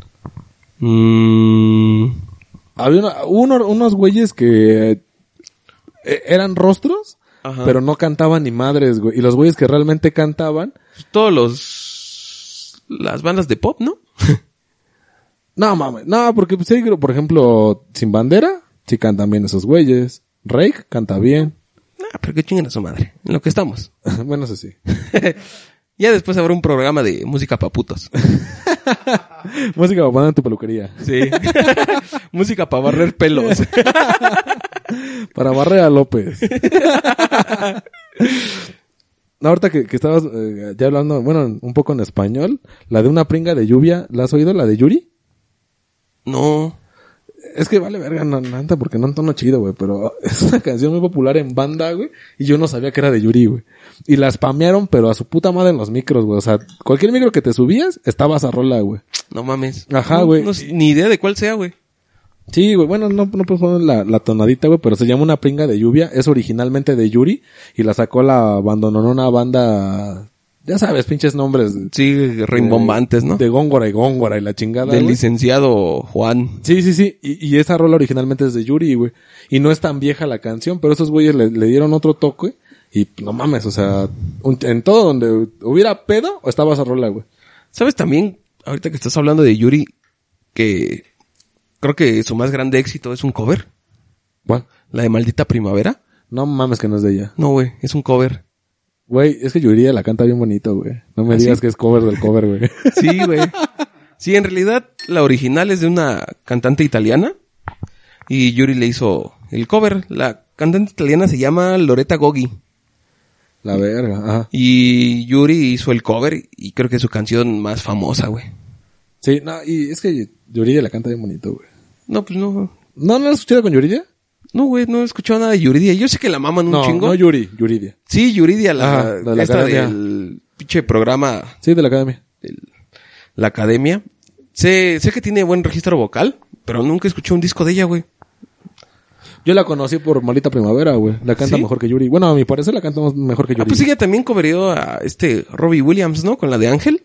Speaker 1: Mm. Había una- uno- unos güeyes que eh, e- eran rostros,
Speaker 2: Ajá.
Speaker 1: pero no cantaban ni madres, güey. Y los güeyes que realmente cantaban,
Speaker 2: Todos los... Las bandas de pop,
Speaker 1: [LAUGHS]
Speaker 2: ¿no?
Speaker 1: no mames, no, porque pues, sí, por ejemplo, Sin Bandera, sí cantan bien esos güeyes. Rake canta bien. [LAUGHS]
Speaker 2: ah, pero que chinguen a su madre. En lo que estamos.
Speaker 1: bueno, eso sí. [LAUGHS]
Speaker 2: ya después habrá un programa de música paputos.
Speaker 1: Música para poner en tu peluquería.
Speaker 2: Sí. [LAUGHS] Música para
Speaker 1: [LAUGHS]
Speaker 2: barrer pelos.
Speaker 1: Para barrer a López. [LAUGHS] No, ahorita que, que estabas eh, ya hablando, bueno, un poco en español, la de una pringa de lluvia, ¿la has oído? ¿La de Yuri?
Speaker 2: No.
Speaker 1: Es que vale verga, no, neta, porque no en tono chido, güey, pero [LAUGHS] es una canción muy popular en banda, güey, y yo no sabía que era de Yuri, güey. Y la spamearon, pero a su puta madre en los micros, güey. O sea, cualquier micro que te subías, estaba esa rola, güey.
Speaker 2: No mames.
Speaker 1: Ajá,
Speaker 2: No-
Speaker 1: güey.
Speaker 2: no sé- ni idea de cuál sea, güey.
Speaker 1: Sí, güey, bueno, no, no puedo poner la, la tonadita, güey, pero se llama Una Pringa de Lluvia. Es originalmente de Yuri y la sacó la una banda, ya sabes, pinches nombres.
Speaker 2: Sí, rimbombantes, ¿no?
Speaker 1: De Góngora y Góngora y la chingada.
Speaker 2: Del
Speaker 1: güey.
Speaker 2: licenciado Juan.
Speaker 1: Sí, sí, sí. Y, y esa rola originalmente es de Yuri, güey. Y no es tan vieja la canción, pero esos güeyes le, le dieron otro toque. Y no mames, o sea, un- en todo donde hubiera pedo, estaba esa rola, güey.
Speaker 2: ¿Sabes también, ahorita que estás hablando de Yuri, que creo que su más grande éxito es un cover?
Speaker 1: Bueno,
Speaker 2: ¿La de Maldita Primavera?
Speaker 1: no mames que no es de ella.
Speaker 2: No, güey, es un cover.
Speaker 1: Güey, es que Yuri la canta bien bonito, güey. No me
Speaker 2: ¿Ah,
Speaker 1: digas
Speaker 2: sí?
Speaker 1: que es cover del cover, güey. [LAUGHS]
Speaker 2: Sí, güey. Sí, en realidad la original es de una cantante italiana y Yuri le hizo el cover. La cantante italiana se llama Loretta Goggi
Speaker 1: La verga, ajá.
Speaker 2: y Yuri hizo el cover y creo que es su canción más famosa, güey.
Speaker 1: Sí, no, y es que Yuridia la canta bien bonito, güey.
Speaker 2: No, pues no.
Speaker 1: ¿No, no la has escuchado con Yuridia?
Speaker 2: No, güey, no he escuchado nada de Yuridia. Yo sé que la maman un
Speaker 1: no,
Speaker 2: chingo.
Speaker 1: no Yuri, Yuridia.
Speaker 2: Sí, Yuridia, la,
Speaker 1: Ajá, la de la
Speaker 2: esta
Speaker 1: academia.
Speaker 2: del pinche programa
Speaker 1: Sí, de la academia.
Speaker 2: el- la academia. Sé, sé que tiene buen registro vocal, pero nunca escuché un disco de ella, güey.
Speaker 1: Yo la conocí por Malita Primavera, güey. La canta
Speaker 2: ¿Sí?
Speaker 1: mejor que Yuri. Bueno, a mi parecer la canta más- mejor que Yuri.
Speaker 2: Ah, pues ella también cobrió a este Robbie Williams, ¿no? Con la de Ángel.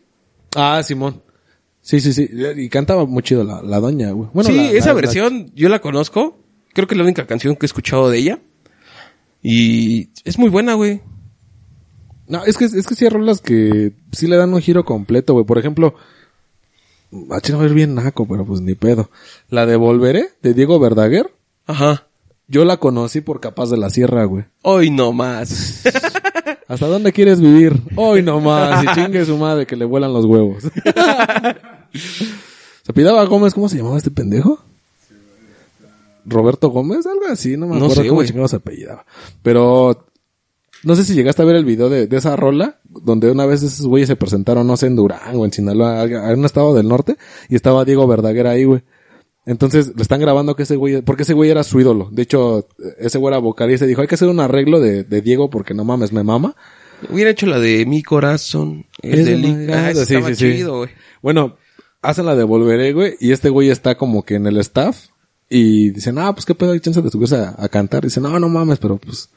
Speaker 1: Ah, Simón. Sí, sí, sí. Y cantaba muy chido la, la doña, güey. Bueno,
Speaker 2: sí,
Speaker 1: la- la-
Speaker 2: esa
Speaker 1: la-
Speaker 2: versión yo la conozco. Creo que es la única canción que he escuchado de ella. Y es muy buena, güey.
Speaker 1: No, es que, es que sí hay rolas que sí le dan un giro completo, güey. Por ejemplo, a Chino va a ir bien naco, pero pues ni pedo. La de Volveré, de Diego Verdaguer,
Speaker 2: Ajá.
Speaker 1: yo la conocí por Capaz de la Sierra, güey.
Speaker 2: Hoy
Speaker 1: [LAUGHS]
Speaker 2: no más.
Speaker 1: ¿Hasta dónde quieres vivir? Hoy nomás, y chingue su madre que le vuelan los huevos. Se pidaba Gómez, ¿cómo se llamaba este pendejo? Roberto Gómez, algo así, no me
Speaker 2: No
Speaker 1: acuerdo
Speaker 2: sé,
Speaker 1: cómo
Speaker 2: güey.
Speaker 1: chingado se apellidaba. Pero no sé si llegaste a ver el video de, de esa rola, donde una vez esos güeyes se presentaron, no sé, en Durango, en Sinaloa, en un estado del norte, y estaba Diego Verdaguer ahí, güey. Entonces le están grabando que ese güey, porque ese güey era su ídolo. De hecho, ese güey era vocalista y dijo, hay que hacer un arreglo de, de Diego porque no mames, me mama.
Speaker 2: Hubiera hecho la de Mi Corazón. El
Speaker 1: Es
Speaker 2: de
Speaker 1: demasiado.
Speaker 2: Ah, esa
Speaker 1: Sí,
Speaker 2: estaba
Speaker 1: sí, sí.
Speaker 2: chido, güey.
Speaker 1: Bueno, hacen la de Volveré, güey, y este güey está como que en el staff y dicen, ah, pues qué pedo, hay chance de subirse a, a cantar. Dice, no, no mames, pero pues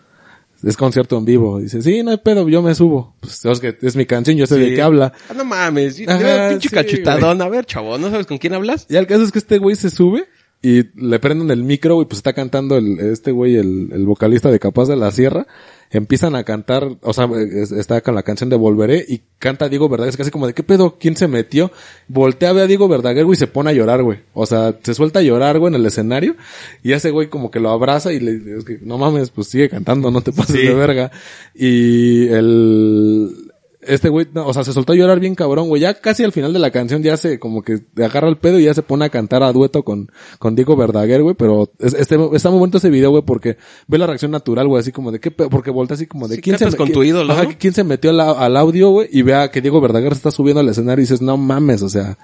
Speaker 1: es concierto en vivo. Dice, sí, no hay pedo, yo me subo. Pues es que es mi canción, yo sé de
Speaker 2: Sí.
Speaker 1: qué habla.
Speaker 2: Ah, no mames.
Speaker 1: Ajá,
Speaker 2: mira, pinche
Speaker 1: sí,
Speaker 2: cachetadón. A ver, chavo, ¿no sabes con quién hablas?
Speaker 1: Y al caso es que este güey se sube y le prenden el micro y pues está cantando el, este güey, el, el vocalista de Capaz de la Sierra. Empiezan a cantar, o sea, es- está con la canción de Volveré y canta Diego Verdaguer. Es casi como de, ¿qué pedo? ¿Quién se metió? Voltea a ver a Diego Verdaguer, güey, y se pone a llorar, güey. O sea, se suelta a llorar, güey, en el escenario. Y ese güey como que lo abraza y le es que, no mames, pues sigue cantando, no te pases
Speaker 2: Sí.
Speaker 1: de verga. Y el, este güey, no, o sea, se soltó a llorar bien cabrón, güey. Ya casi al final de la canción ya se como que agarra el pedo y ya se pone a cantar a dueto con, con Diego Verdaguer, güey. Pero es- este, está muy bonito ese video, güey, porque ve la reacción natural, güey, así como de qué pedo, porque voltea así como de
Speaker 2: Sí,
Speaker 1: quién se
Speaker 2: cantas
Speaker 1: me-
Speaker 2: con
Speaker 1: quién-
Speaker 2: tu ídolo,
Speaker 1: ajá,
Speaker 2: ¿no?
Speaker 1: quién se metió al, al audio, güey, y vea que Diego Verdaguer se está subiendo al escenario y dices, no mames, o sea,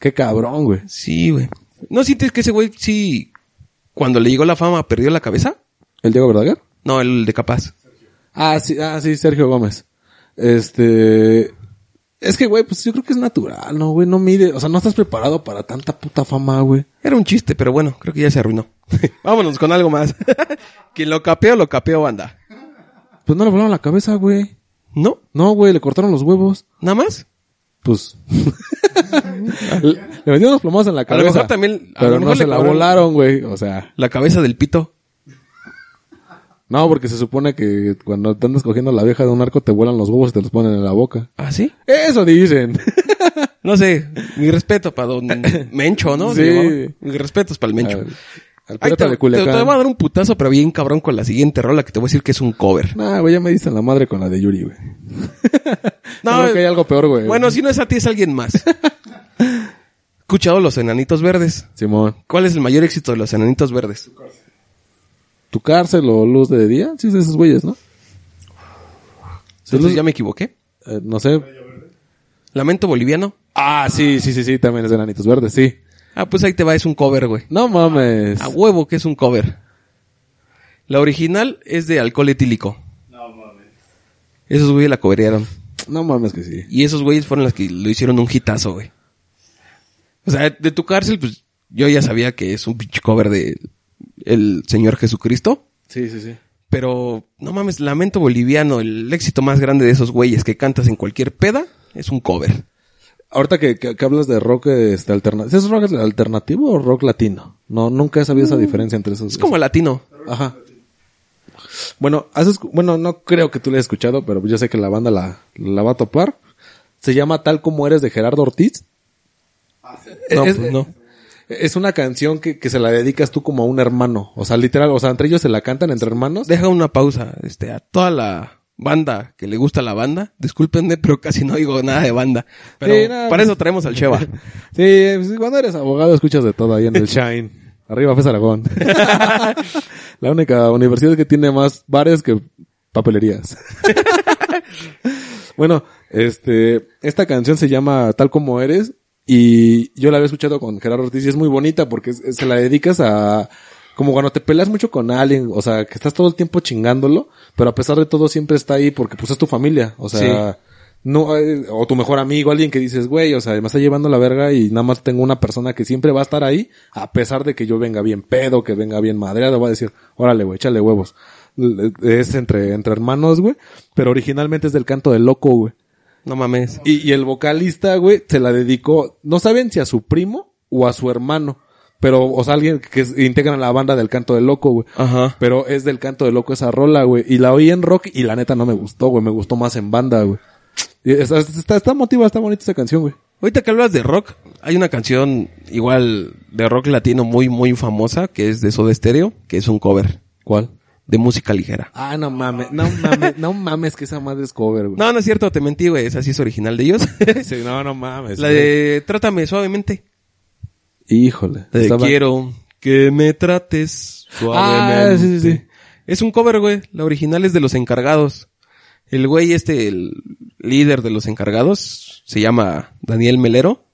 Speaker 1: qué cabrón, güey.
Speaker 2: Sí, güey. ¿No sientes que ese güey sí, cuando le llegó la fama, perdió la cabeza?
Speaker 1: ¿El Diego Verdaguer?
Speaker 2: No, el de Capaz.
Speaker 1: Ah, sí, ah, sí, Sergio Gómez. Este. Es que, güey, pues yo creo que es natural, ¿no, güey? No mide. O sea, no estás preparado para tanta puta fama, güey.
Speaker 2: Era un chiste, pero bueno, creo que ya se arruinó. [LAUGHS] Vámonos con algo más. [LAUGHS] Quien lo capeo, lo capeo, banda.
Speaker 1: Pues no le volaron la cabeza, güey.
Speaker 2: ¿No?
Speaker 1: No, güey, le cortaron los huevos.
Speaker 2: ¿Nada más?
Speaker 1: Pues. [LAUGHS] le, le vendieron los plomazos en la
Speaker 2: A lo
Speaker 1: cabeza.
Speaker 2: mejor también- a
Speaker 1: Pero
Speaker 2: lo mejor
Speaker 1: no se
Speaker 2: le
Speaker 1: la
Speaker 2: cobraron-
Speaker 1: volaron, güey. O sea,
Speaker 2: La cabeza del pito.
Speaker 1: no, porque se supone que cuando te andas cogiendo la vieja de un arco te vuelan los huevos y te los ponen en la boca.
Speaker 2: ¿Ah, sí?
Speaker 1: Eso dicen.
Speaker 2: No sé, mi respeto para [LAUGHS] don Mencho, ¿no?
Speaker 1: Sí.
Speaker 2: Se llamaba. Mis respetos para el
Speaker 1: [LAUGHS]
Speaker 2: Mencho.
Speaker 1: Al- Al
Speaker 2: Ay,
Speaker 1: pirata
Speaker 2: te,
Speaker 1: de
Speaker 2: te- te
Speaker 1: Culiacán.
Speaker 2: voy a dar un putazo, pero bien cabrón con la siguiente rola que te voy a decir que es un cover.
Speaker 1: Nah, güey, ya me diste en la madre con la de
Speaker 2: eh,
Speaker 1: Yuri, güey. No, creo que hay algo peor, güey.
Speaker 2: Bueno, si no es a ti, es alguien más. escuchado Los Enanitos Verdes?
Speaker 1: Simón,
Speaker 2: ¿Cuál es el mayor éxito de Los Enanitos Verdes?
Speaker 1: ¿tu cárcel o luz de día? Sí, es de esos güeyes, ¿no? Sí,
Speaker 2: Entonces
Speaker 1: luz-
Speaker 2: ya me equivoqué.
Speaker 1: eh, no sé.
Speaker 2: Lamento Boliviano.
Speaker 1: Ah, sí, sí, sí, sí, también es de Enanitos Verdes, sí.
Speaker 2: Ah, pues ahí te va, es un cover, güey.
Speaker 1: No mames.
Speaker 2: A huevo que es un cover. La original es de alcohol etílico. Esos güeyes la coverearon.
Speaker 1: No mames que sí.
Speaker 2: Y esos güeyes fueron los que lo hicieron un hitazo, güey. O sea, de tu cárcel, pues yo ya sabía que es un pinche cover de el Señor Jesucristo.
Speaker 1: Sí, sí, sí.
Speaker 2: Pero, no mames, Lamento Boliviano, el éxito más grande de esos güeyes que cantas en cualquier peda, es un cover.
Speaker 1: Ahorita que, que- que hablas de rock este, alternativo. ¿Es rock alternativo o rock latino? No, nunca he sabido esa diferencia entre esos.
Speaker 2: Mm, Es como latino.
Speaker 1: Ajá. Bueno, has escu- bueno, no creo que tú la hayas escuchado, pero yo sé que la banda la, la va a topar. Se llama Tal como eres de Gerardo Ortiz.
Speaker 2: No,
Speaker 1: eh, Es-
Speaker 2: pues no.
Speaker 1: Es una canción que, que se la dedicas tú como a un hermano. O sea, literal, o sea, entre ellos se la cantan entre hermanos.
Speaker 2: Deja una pausa, este, a toda la banda que le gusta la banda. Discúlpenme, pero casi no digo nada de banda. Pero
Speaker 1: Sí, no, pues-
Speaker 2: para eso traemos al Cheva.
Speaker 1: [LAUGHS] Sí, pues, cuando eres abogado escuchas de todo ahí en el Shine. Arriba Fes Aragón. la única universidad que tiene más bares que papelerías. bueno, este, esta canción se llama Tal como eres y yo la había escuchado con Gerardo Ortiz y es muy bonita porque es- es- se la dedicas a como cuando te peleas mucho con alguien, o sea, que estás todo el tiempo chingándolo, pero a pesar de todo siempre está ahí porque pues es tu familia, o sea,
Speaker 2: Sí.
Speaker 1: no, eh, o tu mejor amigo, alguien que dices, güey, o sea, me está llevando la verga y nada más tengo una persona que siempre va a estar ahí, a pesar de que yo venga bien pedo, que venga bien madreado, va a decir, órale, güey, échale huevos. L- eh, Es entre, entre hermanos, güey, pero originalmente es del canto del loco, güey.
Speaker 2: No mames.
Speaker 1: Y, y el vocalista, güey, se la dedicó, no saben si a su primo o a su hermano, pero, o sea, alguien que es- integra la banda del canto del loco, güey.
Speaker 2: Ajá.
Speaker 1: Pero es del canto de loco esa rola, güey. Y la oí en rock y la neta no me gustó, güey. Me gustó más en banda, güey. Y Está, está, está motiva, está bonita esa canción, güey.
Speaker 2: Ahorita que hablas de rock, hay una canción igual de rock latino muy, muy famosa, que es de Soda Stereo, que es un cover
Speaker 1: ¿Cuál?
Speaker 2: de música ligera.
Speaker 1: Ah, no mames, no mames, no mames que esa madre es cover, güey.
Speaker 2: No, no es cierto, te mentí, güey, esa sí es original de ellos. [LAUGHS]
Speaker 1: Sí, no, no mames.
Speaker 2: La
Speaker 1: güey.
Speaker 2: de Trátame suavemente.
Speaker 1: Híjole.
Speaker 2: La de
Speaker 1: Estaba-
Speaker 2: Quiero que me trates suavemente.
Speaker 1: Ah, sí, sí, sí.
Speaker 2: Es un cover, güey. La original es de Los Encargados. El güey este, el líder de Los Encargados, se llama Daniel Melero.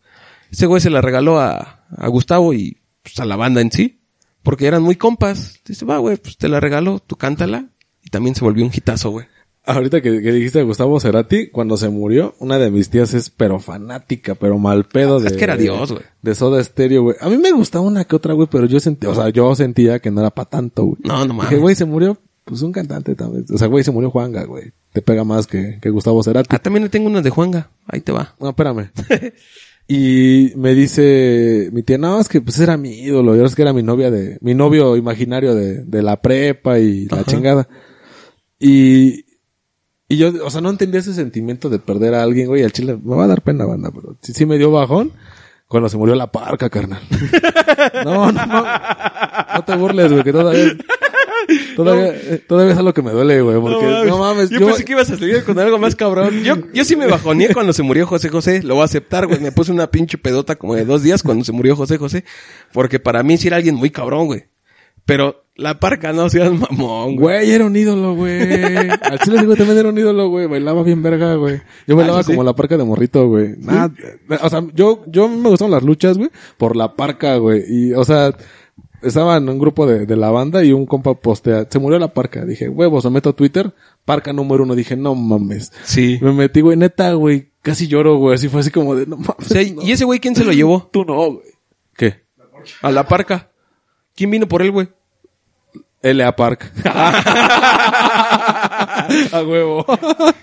Speaker 2: Ese güey se la regaló a, a Gustavo y pues, a la banda en sí. Porque eran muy compas. Dice, va, güey, pues te la regalo, tú cántala. Y también se volvió un hitazo, güey.
Speaker 1: Ahorita que, que dijiste a Gustavo Cerati, cuando se murió, una de mis tías es pero fanática, pero mal pedo de...
Speaker 2: Es que era Dios, güey.
Speaker 1: De Soda Stereo, güey. A mí me gustaba una que otra, güey, pero yo sentía, o sea, yo sentía que no era para tanto, güey.
Speaker 2: No, no mames.
Speaker 1: Dije, güey, se murió, pues un cantante también. O sea, güey, se murió Juanga, güey. Te pega más que, que Gustavo Cerati.
Speaker 2: Ah, también le tengo una de Juanga. Ahí te va.
Speaker 1: No, espérame. [LAUGHS] y me dice mi tía, no, es que pues era mi ídolo. Yo es que era mi novia de, mi novio imaginario de, de la prepa y la
Speaker 2: Ajá.
Speaker 1: chingada. Y, y yo, o sea, no entendía ese sentimiento de perder a alguien, güey. Al chile me va a dar pena, banda, pero sí, sí me dio bajón cuando se murió la parca, carnal. [LAUGHS] no, no, no. No te burles, güey, que todavía. Todavía, eh, todavía es algo que me duele, güey, porque no mames.
Speaker 2: yo, pensé que ibas a salir con algo más cabrón. Yo, yo sí me bajoneé cuando se murió José José. Lo voy a aceptar, güey. Me puse una pinche pedota como de dos días cuando se murió José José. Porque para mí sí era alguien muy cabrón, güey. Pero la parca no seas mamón, güey.
Speaker 1: Güey, era un ídolo, güey. Al chile digo, también era un ídolo, güey. Bailaba bien verga, güey. Yo bailaba
Speaker 2: Ah, eso sí.
Speaker 1: como la parca de morrito, güey. Nah, o sea, yo, yo me gustaban las luchas, güey, por la parca, güey. Y, o sea, estaba en un grupo de, de la banda y un compa postea, se murió la parca. Dije, huevos, me meto a Twitter, parca número uno. Dije, no mames.
Speaker 2: Sí.
Speaker 1: Me metí, güey, neta, güey, casi lloro, güey. Así fue así como de, no mames.
Speaker 2: O sea,
Speaker 1: no.
Speaker 2: ¿y ese güey quién se lo llevó?
Speaker 1: Tú no, güey. ¿Qué?
Speaker 2: A la parca. ¿Quién vino por él, güey? [LAUGHS]
Speaker 1: L.A. Park. [LAUGHS] a huevo.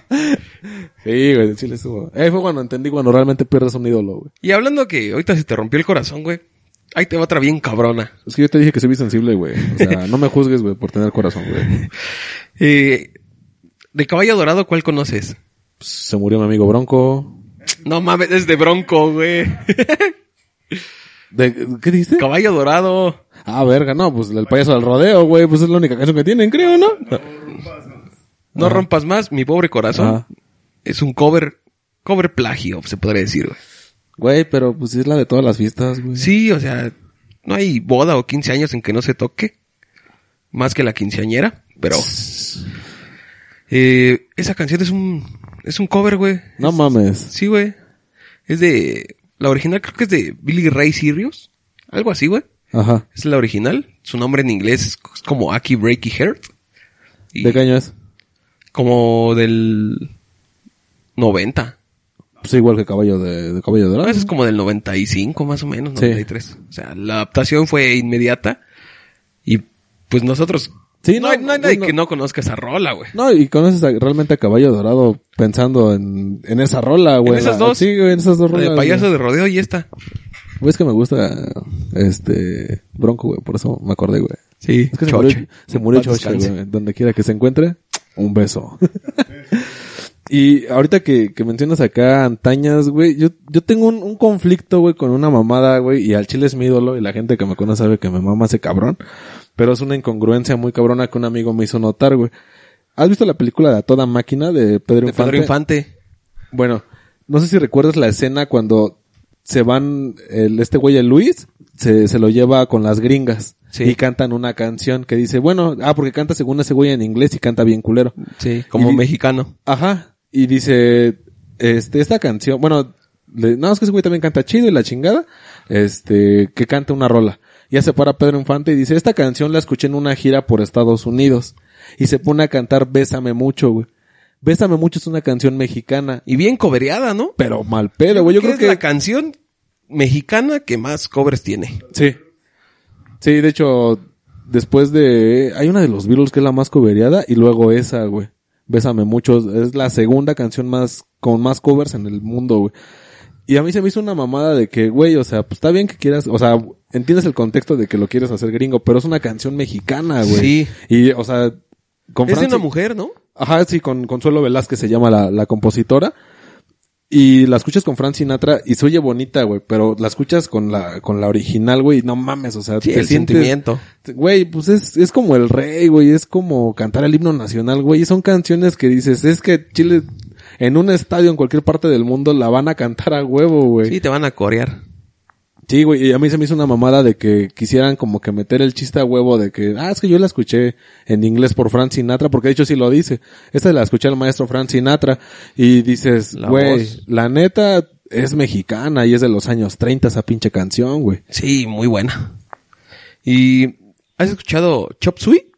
Speaker 1: sí, güey, el chile estuvo. Ahí fue cuando entendí cuando realmente pierdes un ídolo, güey.
Speaker 2: Y hablando que ahorita se te rompió el corazón, güey. Ahí te va otra bien cabrona.
Speaker 1: Es que yo te dije que soy sensible, güey. O sea, no me juzgues, güey, por tener corazón, güey.
Speaker 2: Eh, de Caballo Dorado, ¿cuál conoces?
Speaker 1: Pues, se murió mi amigo Bronco.
Speaker 2: No mames, es de Bronco, güey. [LAUGHS]
Speaker 1: ¿De- ¿Qué dijiste?
Speaker 2: Caballo Dorado.
Speaker 1: Ah, verga, no, pues el payaso del rodeo, güey. Pues es la única canción que tienen, creo, ¿no?
Speaker 2: No rompas más, mi pobre corazón.
Speaker 1: Ajá.
Speaker 2: Es un cover, cover plagio, se podría decir, güey.
Speaker 1: Güey, pero pues es la de todas las fiestas, güey.
Speaker 2: Sí, o sea, no hay boda o 15 años en que no se toque. Más que la quinceañera, pero... eh, esa canción es un... Es un cover, güey.
Speaker 1: No mames.
Speaker 2: Sí, güey. Es de... La original creo que es de Billy Ray Sirius. Algo así, güey.
Speaker 1: Ajá.
Speaker 2: Es la original. Su nombre en inglés es como Aki Breaky Heart. Y
Speaker 1: ¿De qué año es?
Speaker 2: Como del 90.
Speaker 1: Pues igual que Caballo de, de Caballo de
Speaker 2: No,
Speaker 1: Dorado.
Speaker 2: ese es como del 95 más o menos,
Speaker 1: Sí.
Speaker 2: 93. O sea, la adaptación fue inmediata. Y pues nosotros...
Speaker 1: Sí, no,
Speaker 2: no, hay, no hay nadie
Speaker 1: no.
Speaker 2: que no conozca esa rola, güey.
Speaker 1: No, y conoces a- realmente a Caballo Dorado pensando en, en esa rola, güey.
Speaker 2: En esas
Speaker 1: La-
Speaker 2: dos.
Speaker 1: Sí, güey, en esas dos
Speaker 2: La
Speaker 1: rolas.
Speaker 2: de payaso de rodeo y esta.
Speaker 1: güey. Güey, es que me gusta este Bronco, güey, por eso me acordé, güey.
Speaker 2: Sí,
Speaker 1: Es que se
Speaker 2: Choche.
Speaker 1: murió, se murió
Speaker 2: Paz
Speaker 1: Choche,
Speaker 2: descanse.
Speaker 1: güey. Donde quiera que se encuentre, un beso. [LAUGHS] y ahorita que, que mencionas acá antañas, güey, yo, yo tengo un, un conflicto, güey, con una mamada, güey, y al chile es mi ídolo, y la gente que me conoce sabe que me mama ese cabrón. Pero es una incongruencia muy cabrona que un amigo me hizo notar, güey. ¿Has visto la película de A Toda Máquina de Pedro
Speaker 2: De
Speaker 1: Infante?
Speaker 2: Pedro Infante.
Speaker 1: Bueno, no sé si recuerdas la escena cuando se van, el, este güey, el Luis, se, se lo lleva con las gringas.
Speaker 2: Sí.
Speaker 1: Y cantan una canción que dice, bueno, ah, porque canta según ese güey en inglés y canta bien culero.
Speaker 2: Sí, como
Speaker 1: Y di-
Speaker 2: mexicano.
Speaker 1: Ajá. Y dice, este, esta canción, bueno, le- no, es que ese güey también canta chido y la chingada, este, que canta una rola. Ya se para Pedro Infante y dice, esta canción la escuché en una gira por Estados Unidos. Y se pone a cantar Bésame Mucho, güey. Bésame Mucho es una canción mexicana.
Speaker 2: Y bien cobereada, ¿no?
Speaker 1: Pero mal pedo, güey. Yo creo
Speaker 2: es
Speaker 1: que...
Speaker 2: la canción mexicana que más covers tiene.
Speaker 1: Sí. Sí, de hecho, después de... Hay una de los Beatles que es la más coveriada y luego esa, güey. Bésame mucho. Es la segunda canción más... con más covers en el mundo, güey. Y a mí se me hizo una mamada de que, güey, o sea, pues está bien que quieras, o sea, entiendes el contexto de que lo quieres hacer gringo, pero es una canción mexicana, güey.
Speaker 2: Sí.
Speaker 1: Y, o sea, con
Speaker 2: Es de
Speaker 1: Franci-
Speaker 2: una mujer, ¿no?
Speaker 1: Ajá, sí, con Consuelo Velázquez se llama la, la compositora. Y la escuchas con Fran Sinatra y se oye bonita, güey, pero la escuchas con la, con la original, güey, y no mames, o sea,
Speaker 2: Sí,
Speaker 1: te
Speaker 2: el
Speaker 1: sientes-
Speaker 2: sentimiento.
Speaker 1: Güey, pues es, es como el rey, güey, es como cantar el himno nacional, güey, y son canciones que dices, es que Chile, en un estadio en cualquier parte del mundo la van a cantar a huevo, güey.
Speaker 2: Sí, te van a corear.
Speaker 1: Sí, güey, y a mí se me hizo una mamada de que quisieran como que meter el chiste a huevo de que, ah, es que yo la escuché en inglés por Frank Sinatra, porque de hecho sí lo dice. Esta la escuché al maestro Frank Sinatra y dices,
Speaker 2: La
Speaker 1: güey,
Speaker 2: voz.
Speaker 1: la neta es mexicana y es de los años 30 esa pinche canción, güey.
Speaker 2: Sí, muy buena. ¿Y has escuchado Chop Suey?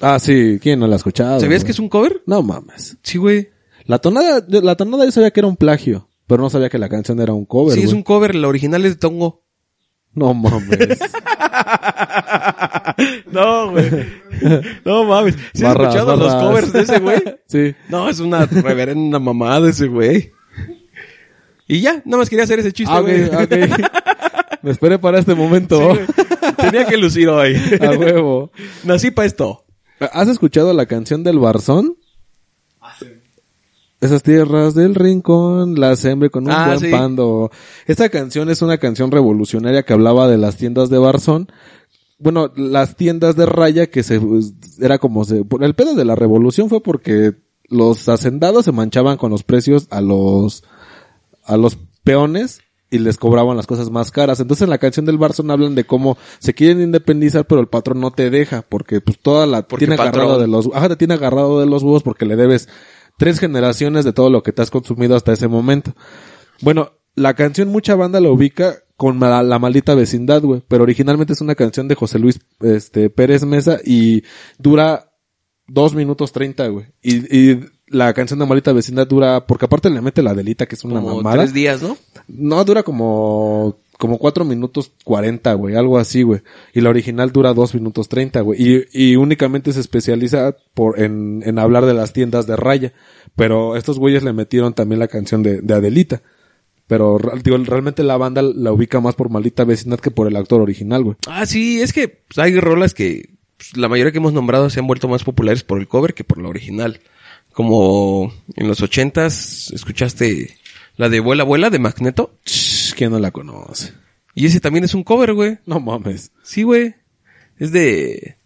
Speaker 1: Ah, sí, ¿quién no la ha escuchado?
Speaker 2: ¿Sabías
Speaker 1: Ah, güey?
Speaker 2: que es un cover?
Speaker 1: No mames.
Speaker 2: Sí, güey.
Speaker 1: La tonada, yo- la tonada yo sabía que era un plagio, pero no sabía que la canción era un cover,
Speaker 2: Sí, es
Speaker 1: güey.
Speaker 2: un cover. La original es de Tongo.
Speaker 1: No mames.
Speaker 2: no, güey. No mames. [LAUGHS] ¿Sí has
Speaker 1: Barras,
Speaker 2: escuchado los
Speaker 1: barras.
Speaker 2: covers de ese güey?
Speaker 1: [LAUGHS] sí.
Speaker 2: No, es una reverenda mamada ese güey. Y ya, nada más quería hacer ese chiste,
Speaker 1: Ah, ok,
Speaker 2: güey.
Speaker 1: ok.
Speaker 2: [LAUGHS]
Speaker 1: Me esperé para este
Speaker 2: Sí,
Speaker 1: momento.
Speaker 2: güey. Tenía que lucir hoy.
Speaker 1: [LAUGHS] a huevo.
Speaker 2: Nací para esto.
Speaker 1: ¿Has escuchado la canción del Barzón? Esas tierras del rincón las sembré con un
Speaker 2: Ah,
Speaker 1: buen
Speaker 2: sí.
Speaker 1: pando. Esta canción es una canción revolucionaria que hablaba de las tiendas de Barzón. Bueno, las tiendas de raya que se pues, era como se por- el pedo de la revolución fue porque los hacendados se manchaban con los precios a los a los peones y les cobraban las cosas más caras. Entonces en la canción del Barzón hablan de cómo se quieren independizar, pero el patrón no te deja, porque pues toda la
Speaker 2: Porque
Speaker 1: tiene
Speaker 2: patrón.
Speaker 1: agarrado de los ajá, te tiene agarrado de los huevos porque le debes tres generaciones de todo lo que te has consumido hasta ese momento. Bueno, la canción mucha banda la ubica con la, la maldita vecindad, güey, pero originalmente es una canción de José Luis este Pérez Mesa y dura dos minutos treinta, güey. Y, y la canción de Maldita Vecindad dura, porque aparte le mete la delita, que es una
Speaker 2: Como
Speaker 1: mamada.
Speaker 2: tres días, ¿no?
Speaker 1: No, dura como, como 4 minutos 40, güey, algo así, güey. Y la original dura 2 minutos 30, güey. Y, y únicamente se especializa por, en, en hablar de las tiendas de raya. Pero estos güeyes le metieron también la canción de, de Adelita. Pero ra- digo, realmente la banda la ubica más por Maldita Vecindad que por el actor original, güey.
Speaker 2: Ah, sí, es que pues, hay rolas que pues, la mayoría que hemos nombrado se han vuelto más populares por el cover que por la original. Como en los ochentas escuchaste la de Vuela Vuela de Magneto.
Speaker 1: Ch, ¿Quién no la conoce?
Speaker 2: Y ese también es un cover, güey.
Speaker 1: No mames.
Speaker 2: Sí, güey. Es de...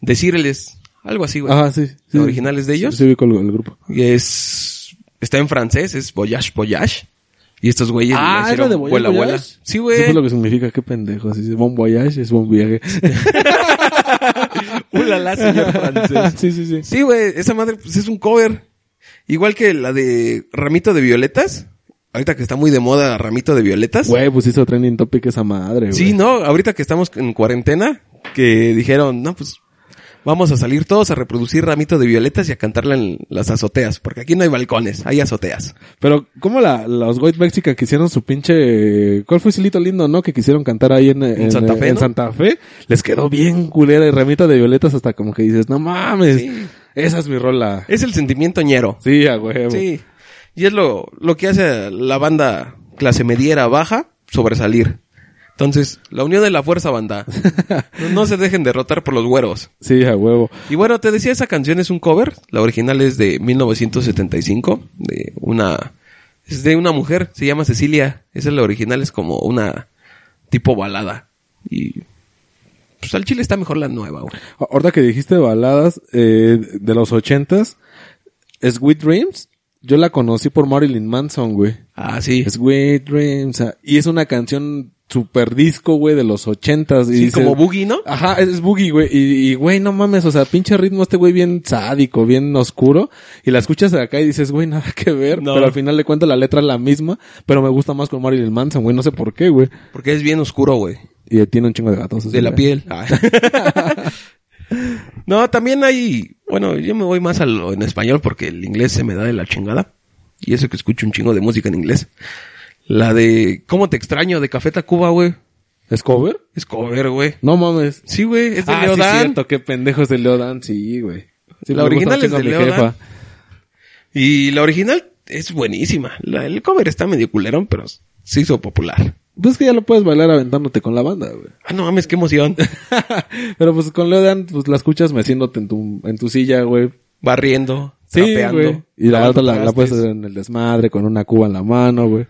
Speaker 2: De Cireles. Algo así, güey.
Speaker 1: Ajá, Ah, sí. sí, sí.
Speaker 2: ¿La original es de ellos?
Speaker 1: Sí, sí ubico el, el grupo.
Speaker 2: Y es... Está en francés, es Voyage Voyage. Y estos güeyes
Speaker 1: Ah,
Speaker 2: la
Speaker 1: ¿es la
Speaker 2: hicieron
Speaker 1: de Voyage
Speaker 2: vuela,
Speaker 1: Voyage?
Speaker 2: vuela. Sí,
Speaker 1: Eso
Speaker 2: güey. [LAUGHS]
Speaker 1: es lo que significa, qué pendejo. Si es bon voyage, es buen viaje.
Speaker 2: Ulala, [LAUGHS] señor francés.
Speaker 1: sí, sí, sí.
Speaker 2: Sí, güey, esa madre pues, es un cover. Igual que la de Ramito de Violetas. Ahorita que está muy de moda Ramito de Violetas.
Speaker 1: Güey, pues hizo trending topic esa madre, güey.
Speaker 2: Sí, no, ahorita que estamos en cuarentena, que dijeron, no, pues vamos a salir todos a reproducir ramito de violetas y a cantarla en las azoteas, porque aquí no hay balcones, hay azoteas.
Speaker 1: Pero, ¿cómo la, los White Mexica que hicieron su pinche... ¿Cuál fue ese hito lindo, no? Que quisieron cantar ahí en, en,
Speaker 2: Santa Fe,
Speaker 1: en
Speaker 2: ¿no?
Speaker 1: Santa Fe. Les quedó bien culera y ramita de violetas hasta como que dices, no mames.
Speaker 2: Sí.
Speaker 1: Esa es mi rola.
Speaker 2: Es el sentimiento ñero.
Speaker 1: Sí, a huevo.
Speaker 2: Sí. Y es lo, lo que hace a la banda clase mediera baja sobresalir. Entonces, la unión de la
Speaker 1: [LAUGHS]
Speaker 2: fuerza, banda. No, no se dejen derrotar por los güeros.
Speaker 1: Sí, a huevo.
Speaker 2: Y bueno, te decía, esa canción es un cover. La original es de 1975, de una... Es de una mujer, se llama Cecilia. Esa es la original, es como una tipo balada. Y... Pues al chile está mejor la nueva, güey.
Speaker 1: A- Ahorita que dijiste baladas eh, de los ochentas, Sweet Dreams, yo la conocí por Marilyn Manson, güey.
Speaker 2: Ah, sí.
Speaker 1: Sweet Dreams. ah, Y es una canción super disco, güey, de los ochentas. Y
Speaker 2: Sí,
Speaker 1: dices-
Speaker 2: como boogie, ¿no?
Speaker 1: Ajá, es, es boogie, güey. Y, y, güey, no mames, o sea, pinche ritmo este güey bien sádico, bien oscuro. Y la escuchas de acá y dices, güey, nada que ver.
Speaker 2: No.
Speaker 1: Pero al final de cuentas la letra es la misma, pero me gusta más con Marilyn Manson, güey, no sé por qué, güey.
Speaker 2: Porque es bien oscuro, güey.
Speaker 1: Y eh, tiene un chingo de gatos.
Speaker 2: De la piel. [LAUGHS] Ah. no, también hay... Bueno, yo me voy más a lo en español porque el inglés se me da de la chingada. Y eso que escucho un chingo de música en inglés. La de... ¿Cómo te extraño? De Café Tacuba, güey.
Speaker 1: ¿Es cover?
Speaker 2: Es cover, güey.
Speaker 1: No mames.
Speaker 2: Sí, güey, es de
Speaker 1: ah, sí,
Speaker 2: Leodán.
Speaker 1: cierto, qué pendejo es de Leodan, sí, güey. Sí,
Speaker 2: La
Speaker 1: me gusta
Speaker 2: original
Speaker 1: mucho
Speaker 2: es de
Speaker 1: mi
Speaker 2: Leodan.
Speaker 1: jefa.
Speaker 2: Y la original es buenísima. La- el cover está medio culerón, pero se hizo popular.
Speaker 1: Pues es que ya lo puedes bailar aventándote con la banda, güey.
Speaker 2: Ah, no mames, qué emoción. [LAUGHS]
Speaker 1: [LAUGHS] Pero pues con Leodan, pues la escuchas meciéndote en tu, en tu silla, güey.
Speaker 2: Barriendo,
Speaker 1: Sí,
Speaker 2: trapeando.
Speaker 1: güey. Y la
Speaker 2: lavando
Speaker 1: otra la, la
Speaker 2: trastes.
Speaker 1: puedes hacer en el desmadre con una cuba en la mano, güey.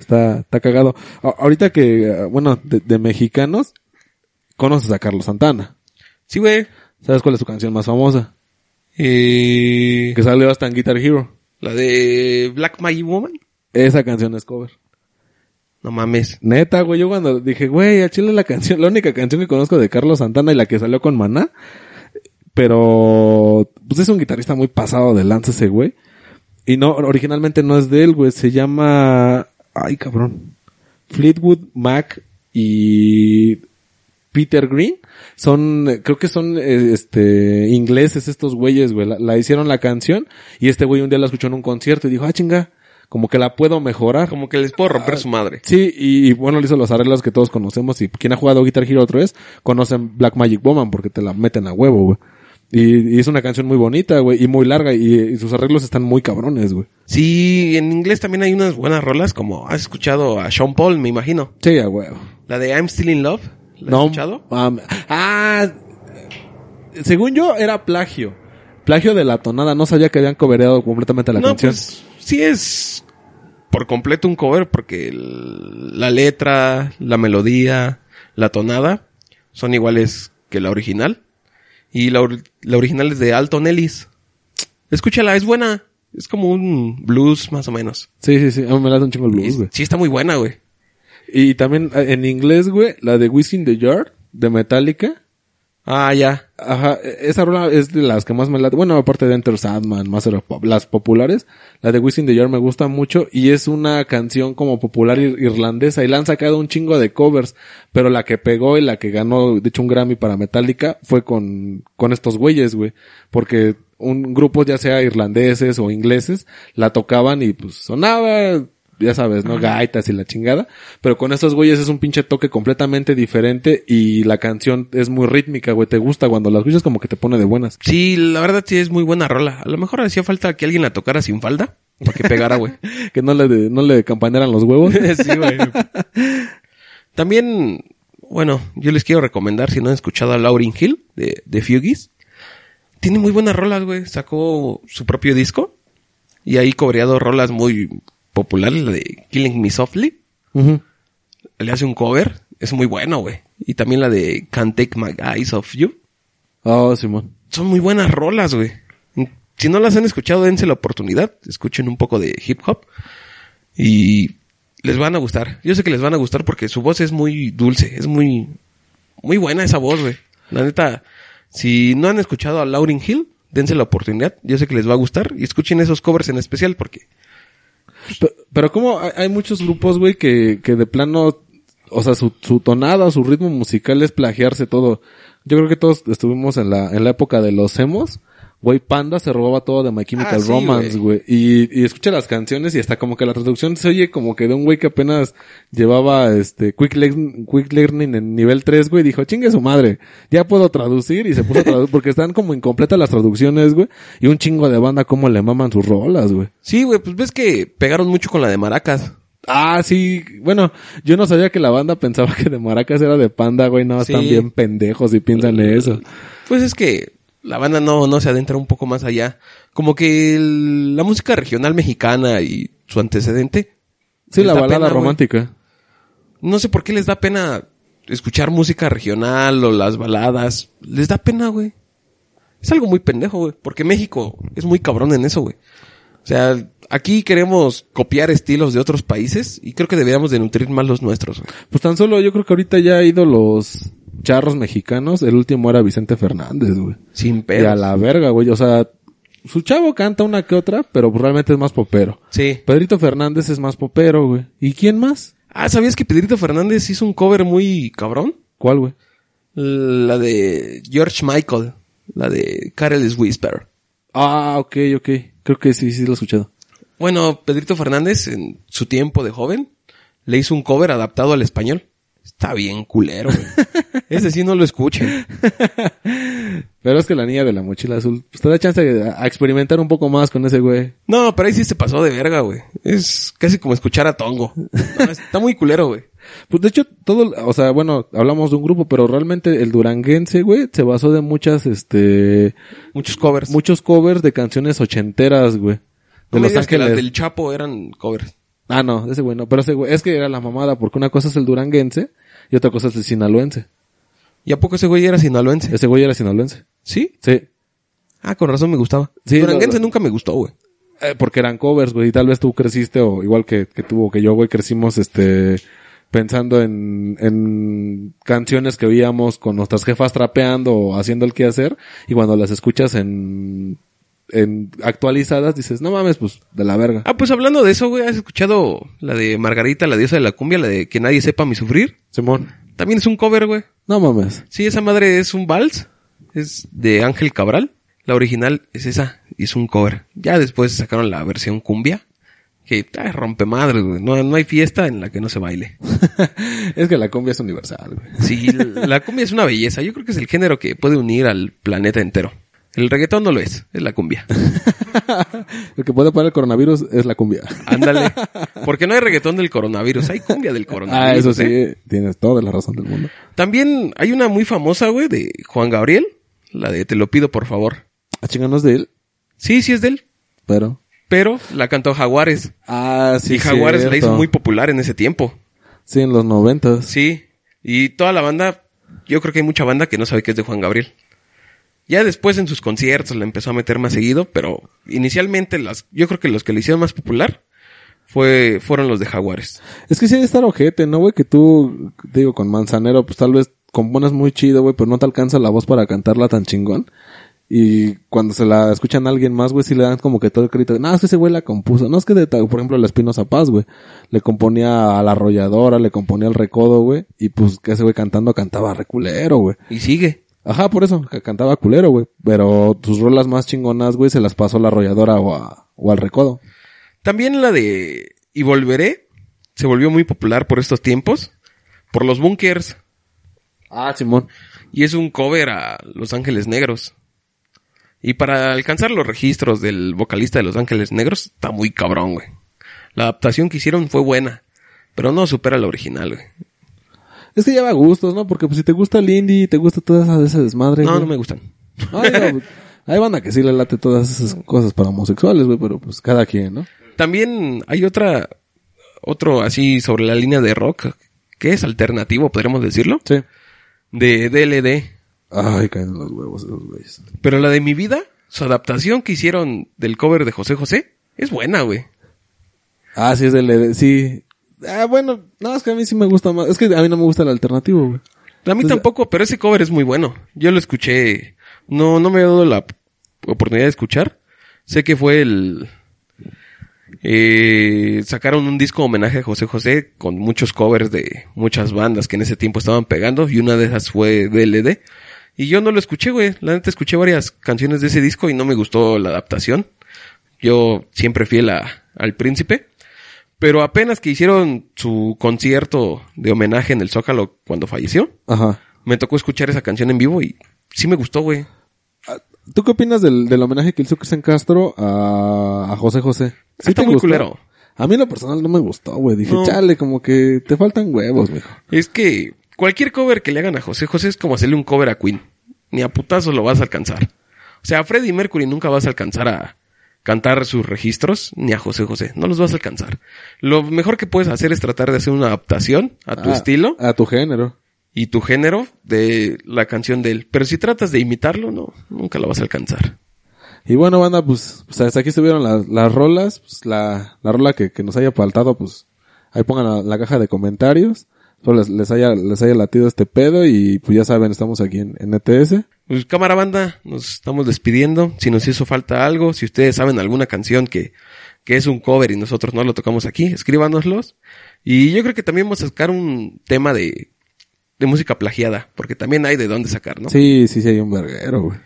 Speaker 1: Está, está cagado. A- ahorita que, eh, bueno, de, de mexicanos, conoces a Carlos Santana.
Speaker 2: Sí, güey.
Speaker 1: ¿Sabes cuál es su canción más famosa?
Speaker 2: Eh,
Speaker 1: Que salió hasta en Guitar Hero.
Speaker 2: la de Black Magic Woman.
Speaker 1: Esa canción es cover.
Speaker 2: No mames.
Speaker 1: Pues, Neta, güey, yo cuando dije, güey, a Chile la canción, la única canción que conozco de Carlos Santana y la que salió con Maná. Pero, pues es un guitarrista muy pasado de lanza ese güey. Y no, originalmente no es de él, güey, se llama, ay cabrón, Fleetwood Mac y Peter Green. Son, eh, creo que son, eh, este, ingleses estos güeyes, güey. La, la hicieron la canción y este güey un día la escuchó en un concierto y dijo, ah chinga, como que la puedo mejorar.
Speaker 2: Como que les puedo
Speaker 1: Ah.
Speaker 2: romper su madre.
Speaker 1: Sí, y, y bueno, le hizo los arreglos que todos conocemos. Y quien ha jugado Guitar Hero otra vez, conocen Black Magic Woman porque te la meten a huevo, güey. Y, y es una canción muy bonita, güey, y muy larga. Y, y sus arreglos están muy cabrones, güey.
Speaker 2: Sí, en inglés también hay unas buenas rolas, como has escuchado a Sean Paul, me imagino.
Speaker 1: Sí, a huevo.
Speaker 2: La de I'm Still in Love. ¿La has escuchado?
Speaker 1: am- ah, según yo, era plagio. Plagio de la tonada. No sabía que habían cobereado completamente la
Speaker 2: no,
Speaker 1: canción.
Speaker 2: pues sí es por completo un cover porque el- la letra, la melodía, la tonada son iguales que la original. Y la, or- la original es de Alton Ellis. Escúchala, es buena. Es como un blues más o menos.
Speaker 1: Sí, sí, sí. A mí me late un chingo el blues,
Speaker 2: Es-
Speaker 1: güey.
Speaker 2: sí está muy buena, güey.
Speaker 1: Y también eh, en inglés, güey, la de Whiskey in the Yard, de Metallica.
Speaker 2: Ah, ya.
Speaker 1: Ajá, e- esa rola es de las que más me late. Bueno, aparte de Enter Sandman, Master of Pop, las populares. La de Wishing the Year me gusta mucho y es una canción como popular ir- irlandesa y la han sacado un chingo de covers, pero la que pegó y la que ganó, de hecho, un Grammy para Metallica fue con, con estos güeyes, güey. Porque un grupo, ya sea irlandeses o ingleses, la tocaban y pues sonaba, ya sabes, ¿no? Gaitas y la chingada. Pero con estos güeyes es un pinche toque completamente diferente y la canción es muy rítmica, güey. Te gusta cuando la escuchas como que te pone de buenas.
Speaker 2: Sí, la verdad sí es muy buena rola. A lo mejor hacía falta que alguien la tocara sin falda para que pegara,
Speaker 1: [LAUGHS]
Speaker 2: güey.
Speaker 1: Que no le, no le campanearan los
Speaker 2: [LAUGHS]
Speaker 1: huevos.
Speaker 2: Sí, güey. También, bueno, yo les quiero recomendar, si no han escuchado a Lauryn Hill de, de Fugees, tiene muy buenas rolas, güey. Sacó su propio disco y ahí cobreado rolas muy populares, la de Killing Me Softly.
Speaker 1: Ujú.
Speaker 2: Le hace un cover, es muy bueno, güey. Y también la de Can't Take My Eyes Off You.
Speaker 1: Oh, Simón.
Speaker 2: Son muy buenas rolas, güey. Si no las han escuchado, dense la oportunidad. Escuchen un poco de hip hop. Y les van a gustar. Yo sé que les van a gustar porque su voz es muy dulce, es muy, muy buena esa voz, güey. La neta, si no han escuchado a Lauryn Hill, dense la oportunidad. Yo sé que les va a gustar y escuchen esos covers en especial porque
Speaker 1: Pero, pero como hay, hay muchos grupos, güey, que, que de plano, o sea, su, su tonada, su ritmo musical es plagiarse todo. Yo creo que todos estuvimos en la, en la época de los emos. Güey, Panda se robaba todo de My Chemical
Speaker 2: Ah, sí,
Speaker 1: Romance, güey. Y, y escucha las canciones y hasta como que la traducción se oye como que de un güey que apenas llevaba este Quick, Learn- quick Learning en nivel 3, güey. Dijo, chingue su madre, ya puedo traducir. Y se puso a traducir [LAUGHS] porque están como incompletas las traducciones, güey. Y un chingo de banda como le maman sus rolas, güey.
Speaker 2: sí, güey, pues ves que pegaron mucho con la de Maracas.
Speaker 1: Ah, sí. Bueno, yo no sabía que la banda pensaba que de maracas era de panda, güey. No, están
Speaker 2: Sí.
Speaker 1: bien pendejos y piensan en eso.
Speaker 2: Pues es que la banda no, no se adentra un poco más allá. Como que el- la música regional mexicana y su antecedente.
Speaker 1: Sí,
Speaker 2: les
Speaker 1: la
Speaker 2: da
Speaker 1: balada
Speaker 2: pena, güey.
Speaker 1: romántica.
Speaker 2: No sé por qué les da pena escuchar música regional o las baladas. Les da pena, güey. Es algo muy pendejo, güey. Porque México es muy cabrón en eso, güey. O sea, aquí queremos copiar estilos de otros países y creo que deberíamos de nutrir más los nuestros, güey.
Speaker 1: Pues tan solo yo creo que ahorita ya ha ido los charros mexicanos. El último era Vicente Fernández, güey.
Speaker 2: Sin
Speaker 1: Y a
Speaker 2: pedos.
Speaker 1: la verga, güey. O sea, su chavo canta una que otra, pero pues realmente es más popero.
Speaker 2: Sí.
Speaker 1: Pedrito Fernández es más popero, güey. ¿Y quién más?
Speaker 2: Ah, ¿sabías que Pedrito Fernández hizo un cover muy cabrón?
Speaker 1: ¿Cuál, güey?
Speaker 2: La de George Michael. La de Careless Whisper.
Speaker 1: Ah, ok, ok. Creo que sí, sí lo he escuchado.
Speaker 2: Bueno, Pedrito Fernández, en su tiempo de joven, le hizo un cover adaptado al español. Está bien culero,
Speaker 1: [LAUGHS]
Speaker 2: güey. Ese sí no lo escuchen.
Speaker 1: Pero es que la niña de la mochila azul, pues te da chance de- a, a experimentar un poco más con ese güey.
Speaker 2: No, pero ahí sí se pasó de verga, güey. Es casi como escuchar a Tongo. No, está muy culero, güey.
Speaker 1: Pues de hecho, todo, o sea, bueno, hablamos de un grupo, pero realmente el duranguense, güey, se basó de muchas, este,
Speaker 2: Muchos covers.
Speaker 1: muchos covers de canciones ochenteras, güey. De
Speaker 2: No me
Speaker 1: Los
Speaker 2: digas que las
Speaker 1: Ángeles.
Speaker 2: del Chapo eran covers.
Speaker 1: Ah, no, ese güey no, pero ese güey, es que era la mamada, porque una cosa es el duranguense y otra cosa es el sinaloense.
Speaker 2: ¿Y a poco ese güey era sinaloense?
Speaker 1: Ese güey era sinaloense.
Speaker 2: ¿Sí?
Speaker 1: Sí.
Speaker 2: Ah, con razón me gustaba.
Speaker 1: Sí,
Speaker 2: Duranguense
Speaker 1: lo- lo-
Speaker 2: nunca me gustó, güey.
Speaker 1: Eh, porque eran covers, güey. Y tal vez tú creciste, o igual que, que tú o que yo, güey, crecimos, este, pensando en, en canciones que oíamos con nuestras jefas trapeando o haciendo el quehacer. Y cuando las escuchas en, en actualizadas, dices, no mames, pues, de la verga.
Speaker 2: Ah, pues hablando de eso, güey, ¿has escuchado la de Margarita, la diosa de la cumbia, la de que nadie sepa mi sufrir?
Speaker 1: Simón.
Speaker 2: También es un cover, güey.
Speaker 1: No mames. [LAUGHS]
Speaker 2: Sí, esa madre es un vals. Es de Ángel Cabral. La original es esa. y Es un cover. Ya después sacaron la versión cumbia. Que ay, rompe madre, güey. No, no hay fiesta en la que no se baile.
Speaker 1: es que la cumbia es universal, güey.
Speaker 2: Sí,
Speaker 1: [LAUGHS]
Speaker 2: la cumbia es una belleza. Yo creo que es el género que puede unir al planeta entero. El reggaetón no lo es, es la cumbia.
Speaker 1: el que puede parar el coronavirus es la cumbia.
Speaker 2: Ah, Ándale. Porque no hay reggaetón del coronavirus, hay cumbia del coronavirus.
Speaker 1: ah, eso sí,
Speaker 2: ¿eh?
Speaker 1: tienes toda la razón del mundo.
Speaker 2: También hay una muy famosa, güey, de Juan Gabriel. La de Te lo pido, por favor.
Speaker 1: A chinganos de él,
Speaker 2: Sí, sí es de él.
Speaker 1: pero.
Speaker 2: Pero la cantó Jaguares.
Speaker 1: Ah, sí.
Speaker 2: y Jaguares la hizo
Speaker 1: cierto.
Speaker 2: muy popular en ese tiempo.
Speaker 1: Sí, en los noventas.
Speaker 2: Sí. Y toda la banda, yo creo que hay mucha banda que no sabe que es de Juan Gabriel. Ya después en sus conciertos la empezó a meter más seguido, pero inicialmente las, yo creo que los que le hicieron más popular fue, fueron los de Jaguares.
Speaker 1: Es que sí debe estar ojete, ¿no, güey? Que tú, digo, con Manzanero, pues tal vez compones muy chido, güey, pero no te alcanza la voz para cantarla tan chingón. Y cuando se la escuchan a alguien más, güey, sí le dan como que todo el crédito. No, es que ese güey la compuso. No, es que, de, ta- por ejemplo, el Espinoza Paz, güey. Le componía a la arrolladora, le componía al recodo, güey. Y pues que ese güey cantando cantaba reculero, güey.
Speaker 2: Y sigue.
Speaker 1: Ajá, por eso, que cantaba culero, güey. Pero tus rolas más chingonas, güey, se las pasó a la arrolladora o, a- o al recodo.
Speaker 2: También la de Y Volveré se volvió muy popular por estos tiempos, por los bunkers.
Speaker 1: Ah, Simón.
Speaker 2: Y es un cover a Los Ángeles Negros. Y para alcanzar los registros del vocalista de Los Ángeles Negros, está muy cabrón, güey. La adaptación que hicieron fue buena, pero no supera la original, güey.
Speaker 1: Es que lleva gustos, ¿no? Porque pues, si te gusta el indie, te gusta todas esas ese desmadre.
Speaker 2: No,
Speaker 1: güey.
Speaker 2: no me gustan.
Speaker 1: No, digo, pues, hay banda que sí le late todas esas cosas para homosexuales, güey, pero pues cada quien, ¿no?
Speaker 2: También hay otra, otro así sobre la línea de rock, que es alternativo, podríamos decirlo,
Speaker 1: Sí.
Speaker 2: de DLD.
Speaker 1: Ay, caen los huevos esos güeyes.
Speaker 2: Pero la de mi vida, su adaptación que hicieron del cover de José José, es buena, güey.
Speaker 1: Ah, sí, es del... Sí. Ah, bueno, no, es que a mí sí me gusta más. Es que a mí no me gusta el alternativo, güey.
Speaker 2: A mí
Speaker 1: Entonces-
Speaker 2: tampoco, pero ese cover es muy bueno. Yo lo escuché. No, no me he dado la oportunidad de escuchar. Sé que fue el. eh, sacaron un disco homenaje a José José con muchos covers de muchas bandas que en ese tiempo estaban pegando y una de esas fue DLD. Y yo no lo escuché, güey. La neta escuché varias canciones de ese disco y no me gustó la adaptación. Yo siempre fiel a- al príncipe. Pero apenas que hicieron su concierto de homenaje en el Zócalo cuando falleció,
Speaker 1: Ajá.
Speaker 2: me tocó escuchar esa canción en vivo y sí me gustó, güey.
Speaker 1: ¿Tú qué opinas del, del homenaje que hizo Cristian Castro a, a José José? ¿Sí
Speaker 2: Está
Speaker 1: te
Speaker 2: muy
Speaker 1: gustó?
Speaker 2: culero.
Speaker 1: A mí en lo personal no me gustó, güey. Dije,
Speaker 2: No.
Speaker 1: chale, como que te faltan huevos, mijo.
Speaker 2: Es que cualquier cover que le hagan a José José es como hacerle un cover a Queen. Ni a putazo lo vas a alcanzar. O sea, a Freddie Mercury nunca vas a alcanzar a cantar sus registros, ni a José José. No los vas a alcanzar. Lo mejor que puedes hacer es tratar de hacer una adaptación a tu
Speaker 1: Ah,
Speaker 2: estilo
Speaker 1: A tu género.
Speaker 2: y tu género de la canción de él. Pero si tratas de imitarlo, no, nunca lo vas a alcanzar.
Speaker 1: Y bueno, banda, pues, pues hasta aquí estuvieron las, las rolas. Pues, la, la rola que, que nos haya faltado, pues ahí pongan la, la caja de comentarios. Espero les, les haya, les haya latido este pedo y pues ya saben, estamos aquí en, en E ETS.
Speaker 2: Pues cámara banda, nos estamos despidiendo. Si nos hizo falta algo, si ustedes saben alguna canción que, que es un cover y nosotros no lo tocamos aquí, escríbanoslos. Y yo creo que también vamos a sacar un tema de, de música plagiada, porque también hay de dónde sacar, ¿no?
Speaker 1: Sí, sí, sí, hay un verguero, güey.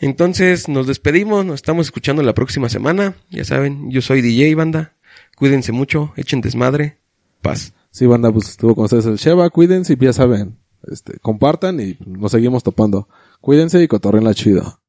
Speaker 2: Entonces nos despedimos, nos estamos escuchando la próxima semana. Ya saben, yo soy DJ banda. Cuídense mucho, echen desmadre. Paz.
Speaker 1: Sí, banda, pues estuvo con ustedes el Sheva. Cuídense y pues, ya saben, este, compartan y nos seguimos topando. Cuídense y cotorren la chido.